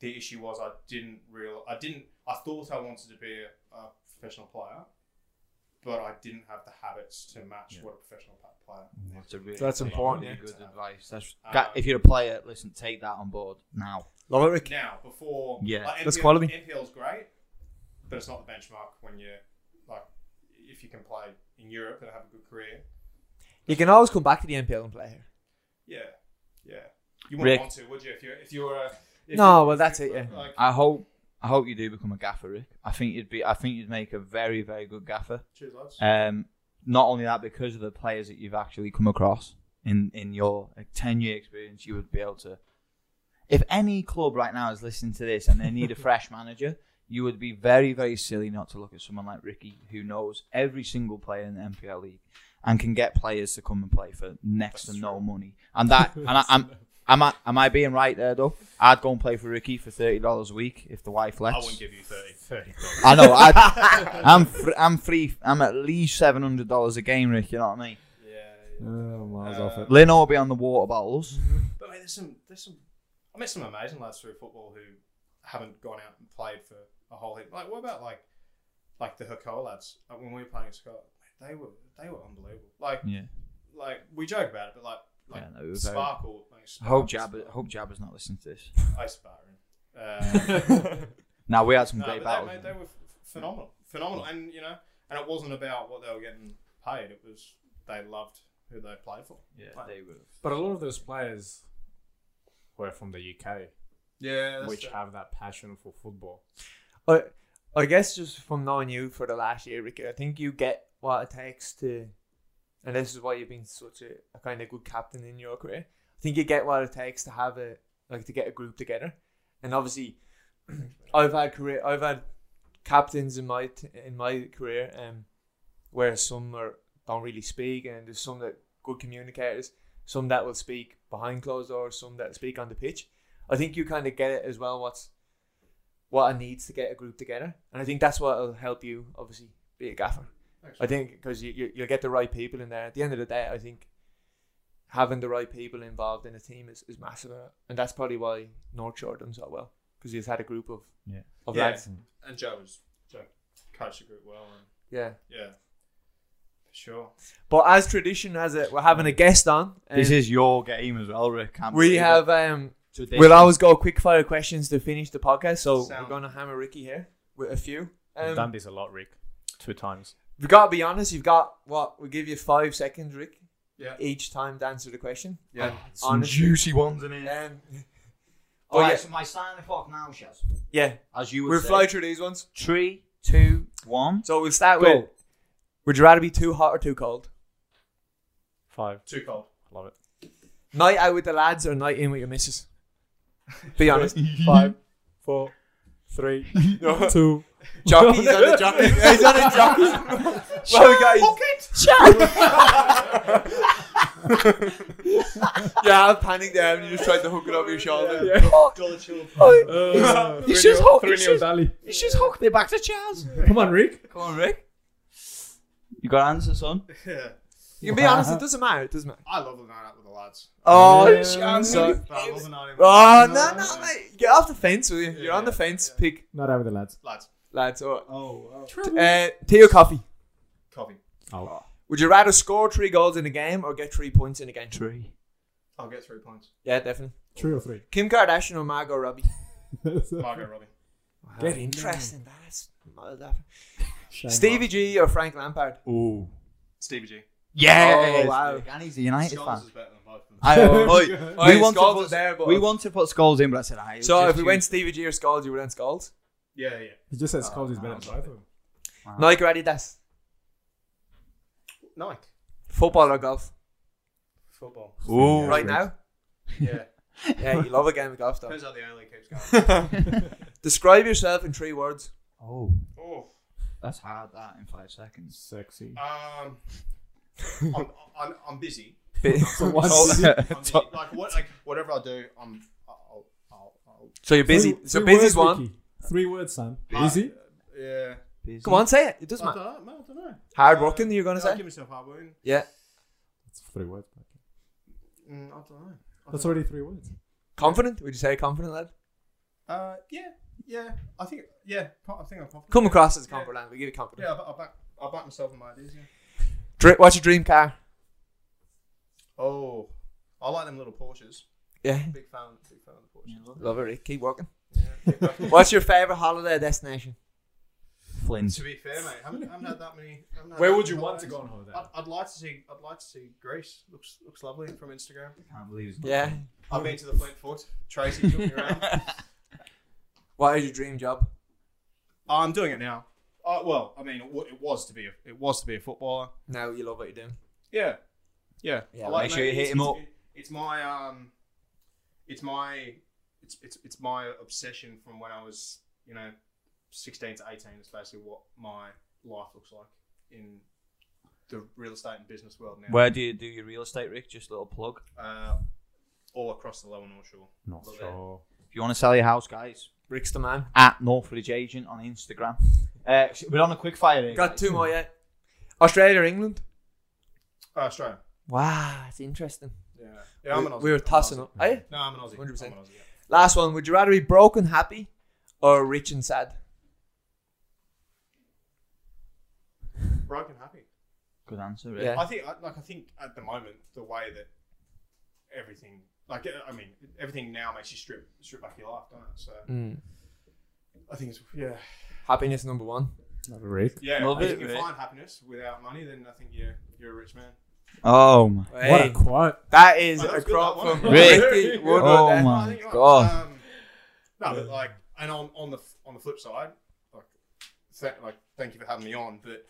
Speaker 4: The issue was I didn't real. I didn't. I thought I wanted to be a, a professional player, but I didn't have the habits to match
Speaker 1: Yeah. Mm,
Speaker 4: what a professional pa- player.
Speaker 1: That's a really,
Speaker 2: That's
Speaker 1: really
Speaker 2: important, yeah.
Speaker 1: good
Speaker 4: Yeah.
Speaker 1: advice. That's,
Speaker 4: Uh,
Speaker 1: Ga- if you're a player, listen, take that on board now.
Speaker 2: love it, Rick.
Speaker 4: Now, before
Speaker 1: Yeah.
Speaker 4: like,
Speaker 2: That's
Speaker 4: NPL
Speaker 2: quality.
Speaker 4: NPL's great, but it's not the benchmark when you're like if you can play in Europe and have a good career.
Speaker 2: You can always come back to the NPL and play here.
Speaker 4: Yeah, yeah. You wouldn't
Speaker 1: Rick.
Speaker 4: want to, would you? If you if you were a if
Speaker 2: No,
Speaker 4: you-
Speaker 2: well,
Speaker 4: if
Speaker 2: that's
Speaker 4: you-
Speaker 2: it, yeah.
Speaker 4: Like,
Speaker 1: I hope I hope you do become a gaffer, Rick. I think you'd be I think you'd make a very very good gaffer.
Speaker 4: cheers, lads.
Speaker 1: Um, not only that, because of the players that you've actually come across in in your ten year experience, you would be able to. If any club right now is listening to this and they need a fresh manager, you would be very very silly not to look at someone like Ricky, who knows every single player in the NPL league and can get players to come and play for next
Speaker 4: That's
Speaker 1: to no money. And that and I, I'm. Am I, am I being right there though? I'd go and play for Ricky for thirty dollars a week if the wife lets.
Speaker 4: I wouldn't give you 30.
Speaker 3: 30
Speaker 1: I know. I, I'm fr- I'm free. I'm at least seven hundred dollars a game, Rick. You know what I mean?
Speaker 4: Yeah.
Speaker 3: Oh, miles
Speaker 4: Uh,
Speaker 3: off it.
Speaker 1: Lino will be on the water bottles.
Speaker 4: But mate, there's some there's some I met some amazing lads through football who haven't gone out and played for a whole heap. Like what about like like the Hakoa lads? Like when we were playing at Scott, they were they were unbelievable. Like
Speaker 1: Yeah.
Speaker 4: like we joke about it, but like like
Speaker 1: Yeah, no, it was very-
Speaker 4: Sparkle, mate, Sparkle,
Speaker 1: Hope Jabba, hope Jabba's not listening to this.
Speaker 4: I spar him. Um,
Speaker 1: Now we had some
Speaker 4: No,
Speaker 1: great
Speaker 4: but
Speaker 1: battles.
Speaker 4: they, mate, they were f- phenomenal, phenomenal, and you know, and it wasn't about what they were getting paid. It was they loved who they played for.
Speaker 1: yeah, they were.
Speaker 3: But a lot of those players were from the UK,
Speaker 4: Yeah,
Speaker 3: which have that passion for football.
Speaker 2: I, I guess just from knowing you for the last year, Ricky, I think you get what it takes to, and this is why you've been such a, a kind of good captain in your career. I think you get what it takes to have a like to get a group together, and obviously, I've had career, I've had captains in my t- in my career, um, where some are don't really speak, and there's some that good communicators, some that will speak behind closed doors, some that speak on the pitch. I think you kind of get it as well. What's what it needs to get a group together, and I think that's what will help you obviously be a gaffer. I think because you, you you'll get the right people in there. At the end of the day, I think having the right people involved in a team is, is massive, uh, and that's probably why North Shore done so well because he's had a group of
Speaker 1: Yeah.
Speaker 2: of
Speaker 4: Yeah.
Speaker 2: lads.
Speaker 4: And Joe was Joe coached the group well, and
Speaker 2: Yeah,
Speaker 4: yeah, for sure.
Speaker 2: but as tradition has it, we're having a guest on. and
Speaker 1: This is your game as well, Rick. Can't
Speaker 2: Um, we
Speaker 1: believe it.
Speaker 2: have um
Speaker 1: So this
Speaker 2: We'll
Speaker 1: is-
Speaker 2: always go quick fire questions to finish the podcast, so
Speaker 4: Sound.
Speaker 2: we're gonna hammer Ricky here with a few.
Speaker 3: I've done
Speaker 2: Um,
Speaker 3: this a lot, Rick. Two times.
Speaker 2: we've got to be honest. You've got what? We give you five seconds, Rick,
Speaker 4: Yeah,
Speaker 2: each time to answer the question.
Speaker 4: yeah.
Speaker 1: some
Speaker 2: honestly-
Speaker 1: juicy ones in
Speaker 2: Um,
Speaker 1: here.
Speaker 2: oh
Speaker 1: All right,
Speaker 2: yeah,
Speaker 1: so my starting clock now, Shaz.
Speaker 2: yeah.
Speaker 1: As you would
Speaker 2: We'll
Speaker 1: say.
Speaker 2: fly through these ones.
Speaker 1: Three, two, one.
Speaker 2: So we'll start
Speaker 1: Go.
Speaker 2: with: Would you rather be too hot or too cold?
Speaker 3: Five.
Speaker 4: Too cold.
Speaker 3: Love it.
Speaker 2: Night out with the lads or night in with your missus? Be honest.
Speaker 3: Five, four, three, two.
Speaker 2: jockey, he's on the jockey. He's on the jockey. well, we got his- yeah, I panicked there and you just tried to hook it over your shoulder.
Speaker 3: Uh,
Speaker 1: It's just hot, it's just-
Speaker 3: Dali.
Speaker 1: You just hooked me back to Charles.
Speaker 3: Come on, Rick.
Speaker 2: Come on, Rick.
Speaker 1: You got an answer, son?
Speaker 4: Yeah.
Speaker 2: You can be honest, it doesn't matter. It doesn't matter.
Speaker 4: I love the night out with the lads.
Speaker 2: Oh,
Speaker 3: Yeah.
Speaker 2: so,
Speaker 4: But I love the night out with
Speaker 2: oh no,
Speaker 4: the lads.
Speaker 2: no, mate. Get off the fence, will you? You're on the
Speaker 4: Yeah.
Speaker 2: fence.
Speaker 4: Yeah.
Speaker 2: Pick,
Speaker 3: Not over the lads.
Speaker 4: Lads.
Speaker 2: lads. All
Speaker 4: Oh, wow.
Speaker 2: right. Uh, tea or coffee?
Speaker 4: Coffee.
Speaker 3: Oh.
Speaker 2: Would you rather score three goals in a game or get three points in a game?
Speaker 1: Three.
Speaker 4: I'll get three points.
Speaker 2: Yeah, definitely.
Speaker 3: Three or three.
Speaker 2: Kim Kardashian or Margot Robbie?
Speaker 4: Margot Robbie.
Speaker 2: Get
Speaker 3: Wow.
Speaker 2: interesting. That's motherfucker. Stevie G or Frank Lampard?
Speaker 1: Ooh.
Speaker 4: Stevie G.
Speaker 1: Yes.
Speaker 2: Oh, wow.
Speaker 1: And he's a United
Speaker 4: Skulls
Speaker 1: fan.
Speaker 4: is better than both of them.
Speaker 1: I, oi,
Speaker 2: Oh, yeah,
Speaker 1: we want to
Speaker 2: Scholes
Speaker 1: put
Speaker 2: was there, but-
Speaker 1: we want to put skulls in, but I said I.
Speaker 2: So if we went Stevie G or Scholes, you would then Scholes.
Speaker 4: Yeah, yeah.
Speaker 5: He just says
Speaker 3: Ah,
Speaker 1: Oh,
Speaker 5: Cold is better
Speaker 1: no,
Speaker 5: than both of them.
Speaker 2: Nike or Adidas?
Speaker 4: Nike.
Speaker 2: Football or golf?
Speaker 4: Football.
Speaker 1: Ooh.
Speaker 2: Right now?
Speaker 4: Yeah.
Speaker 2: Yeah, you love a game of golf, though.
Speaker 4: Turns out the only keeps going.
Speaker 2: Describe yourself in three words.
Speaker 1: Oh,
Speaker 4: oh.
Speaker 1: that's hard. That in five seconds.
Speaker 5: Sexy.
Speaker 4: Um. I'm, I'm, I'm busy.
Speaker 5: So what's-
Speaker 4: I'm busy. Like, what, like, whatever I do, I'm. I'll, I'll, I'll,
Speaker 2: so you're busy.
Speaker 5: Three-
Speaker 2: so
Speaker 5: three words,
Speaker 2: busy's one.
Speaker 5: Ricky. Three words, son.
Speaker 4: I'll
Speaker 5: Busy.
Speaker 4: Yeah.
Speaker 2: Come on, say it. It doesn't
Speaker 4: I
Speaker 2: matter.
Speaker 4: don't, know, I don't know.
Speaker 2: Hard working, you're gonna
Speaker 4: I'll
Speaker 2: say?
Speaker 4: give myself hard working.
Speaker 2: Yeah.
Speaker 5: That's three words. mate.
Speaker 4: Mm, I don't know. I
Speaker 5: That's
Speaker 4: don't
Speaker 5: already three words.
Speaker 2: Confident? Would you say confident, lad?
Speaker 4: know. Uh, yeah, yeah. I think, yeah. co- I think I'm confident.
Speaker 2: Come across as confident. lad. We give you confident.
Speaker 4: Yeah, I, I back, I back myself in my ideas. Yeah.
Speaker 2: Dr- what's your dream car?
Speaker 4: Oh, I like them little Porsches.
Speaker 2: Yeah.
Speaker 4: Big fan, big fan of the Porsches.
Speaker 2: Love it, Rick. Keep working.
Speaker 4: Yeah, big fan.
Speaker 2: What's your favourite holiday destination?
Speaker 1: Flint.
Speaker 4: to be fair, mate, I haven't, I haven't had that many. I haven't had
Speaker 3: Where
Speaker 4: that
Speaker 3: would
Speaker 4: many
Speaker 3: you want to
Speaker 4: holidays.
Speaker 3: go on holiday?
Speaker 4: I'd, I'd like to see. I'd like to see Greece. Looks looks lovely from Instagram.
Speaker 1: Can't believe it's not
Speaker 2: Yeah.
Speaker 1: Flint.
Speaker 4: I've been to the Flint Foot. Tracy took me around. Oh,
Speaker 2: What is your dream job?
Speaker 4: I'm doing it now. Uh, well, I mean, it, wa- it was to be. A, it was to be a footballer.
Speaker 2: Now you love what you're doing.
Speaker 4: Yeah, yeah.
Speaker 2: Yeah,
Speaker 4: I
Speaker 1: make sure you
Speaker 4: it's-
Speaker 1: hit him
Speaker 4: it's-
Speaker 1: up.
Speaker 4: it- it's my um, it's my, it's it's it's my obsession from when I was you know, sixteen to eighteen. It's basically what my life looks like in the real estate and business world now.
Speaker 1: Where do you do your real estate, Rick? Just a little plug.
Speaker 4: Uh, all across the Lower North Shore.
Speaker 3: North Shore.
Speaker 1: If you want to sell your house, guys,
Speaker 2: Rick's the man.
Speaker 1: at Northridge Agent on Instagram. Uh, sh- we're on a quick fire. Here,
Speaker 2: Got
Speaker 1: guys.
Speaker 2: two more yet. Australia or England?
Speaker 4: Uh, Australia.
Speaker 2: Wow, it's interesting.
Speaker 4: Yeah, yeah. I'm
Speaker 2: we,
Speaker 4: an Aussie.
Speaker 2: we were
Speaker 4: I'm an
Speaker 2: tossing
Speaker 4: Aussie.
Speaker 2: up. Aye?
Speaker 4: No, I'm an Aussie.
Speaker 2: 100%.
Speaker 4: I'm an Aussie, yeah.
Speaker 2: Last one. Would you rather be broke and happy or rich and sad?
Speaker 4: Broken happy.
Speaker 1: Good answer, Rick.
Speaker 2: Yeah.
Speaker 4: I think, I- like, I think at the moment, the way that everything, like, uh, I mean, everything now makes you strip strip back your life, don't it? So I think it's yeah,
Speaker 2: Happiness number one.
Speaker 5: Not a Rick.
Speaker 4: yeah.
Speaker 1: Love
Speaker 4: if
Speaker 1: it,
Speaker 4: you can
Speaker 1: mate.
Speaker 4: find happiness without money, then I think you're you're a rich man.
Speaker 1: Oh my.
Speaker 5: What a quote.
Speaker 2: that is
Speaker 4: Oh, that
Speaker 2: a
Speaker 4: was good,
Speaker 2: crop
Speaker 4: that one.
Speaker 2: from
Speaker 1: Rick.
Speaker 2: Ricky Woodward.
Speaker 1: Oh
Speaker 2: there.
Speaker 1: my
Speaker 4: Um, I think you're right.
Speaker 1: God.
Speaker 4: Um, no, but like, and on on the on the flip side, th- like thank you for having me on. But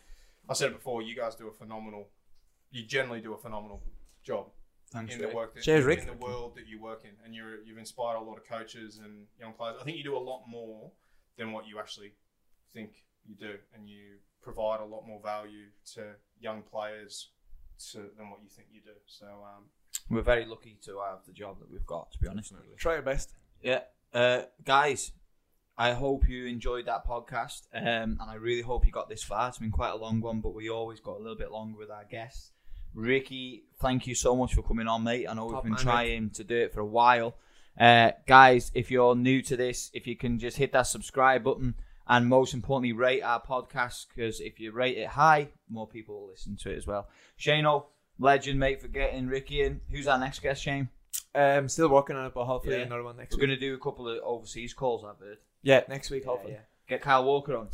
Speaker 4: I said it before, you guys do a phenomenal. You generally do a phenomenal job
Speaker 1: Thanks,
Speaker 4: in the
Speaker 1: Rick.
Speaker 4: work that
Speaker 2: Cheers, Rick.
Speaker 4: in the world that you work in, and you're you've inspired a lot of coaches and young players. I think you do a lot more than what you actually think you do, and you provide a lot more value to young players to, than what you think you do. So um,
Speaker 1: We're very lucky to have the job that we've got, to be honest.
Speaker 2: Try your best.
Speaker 1: Yeah. Uh, guys, I hope you enjoyed that podcast. Um, and I really hope you got this far. It's been quite a long one, but we always got a little bit longer with our guests. Ricky, thank you so much for coming on, mate. I know we've
Speaker 2: Top
Speaker 1: been
Speaker 2: man,
Speaker 1: trying to do it for a while. Uh, guys, if you're new to this, if you can just hit that subscribe button and most importantly, rate our podcast because if you rate it high, more people will listen to it as well. Shano, legend, mate, for getting Ricky in. Who's our next guest, Shane?
Speaker 2: Um, still working on it, but hopefully
Speaker 1: Yeah.
Speaker 2: another one next
Speaker 1: We're
Speaker 2: week.
Speaker 1: going to do a couple of overseas calls, I've heard.
Speaker 2: Yeah, next week hopefully.
Speaker 1: Get Kyle Walker on.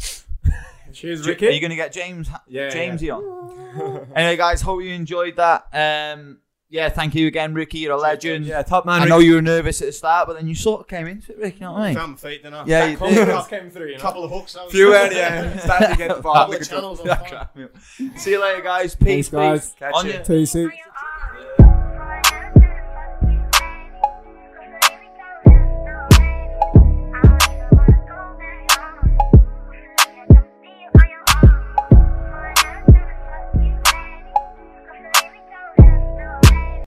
Speaker 5: Cheers,
Speaker 1: Are you going to get James
Speaker 5: Yeah,
Speaker 1: Jamesy on? anyway, guys, hope you enjoyed that. Um, yeah, thank you again, Ricky. You're a legend.
Speaker 2: Yeah, top man.
Speaker 1: I
Speaker 2: Rick.
Speaker 1: know you were nervous at the start, but then you sort of came into it, Rick. You know what I mean?
Speaker 4: found my feet, then I
Speaker 1: Yeah, you did.
Speaker 4: Couple of-
Speaker 5: came through, you know.
Speaker 4: couple of hooks. that was-
Speaker 2: Few early, yeah. Starting to get the
Speaker 4: Couple
Speaker 2: vibe.
Speaker 4: of channels on
Speaker 1: Yeah,
Speaker 4: fire.
Speaker 1: crap, yeah. See you later, guys.
Speaker 5: Thanks,
Speaker 1: Peace,
Speaker 5: guys.
Speaker 1: peace.
Speaker 2: Catch
Speaker 1: On
Speaker 2: you.
Speaker 1: ya.
Speaker 5: Two six.
Speaker 6: Bye.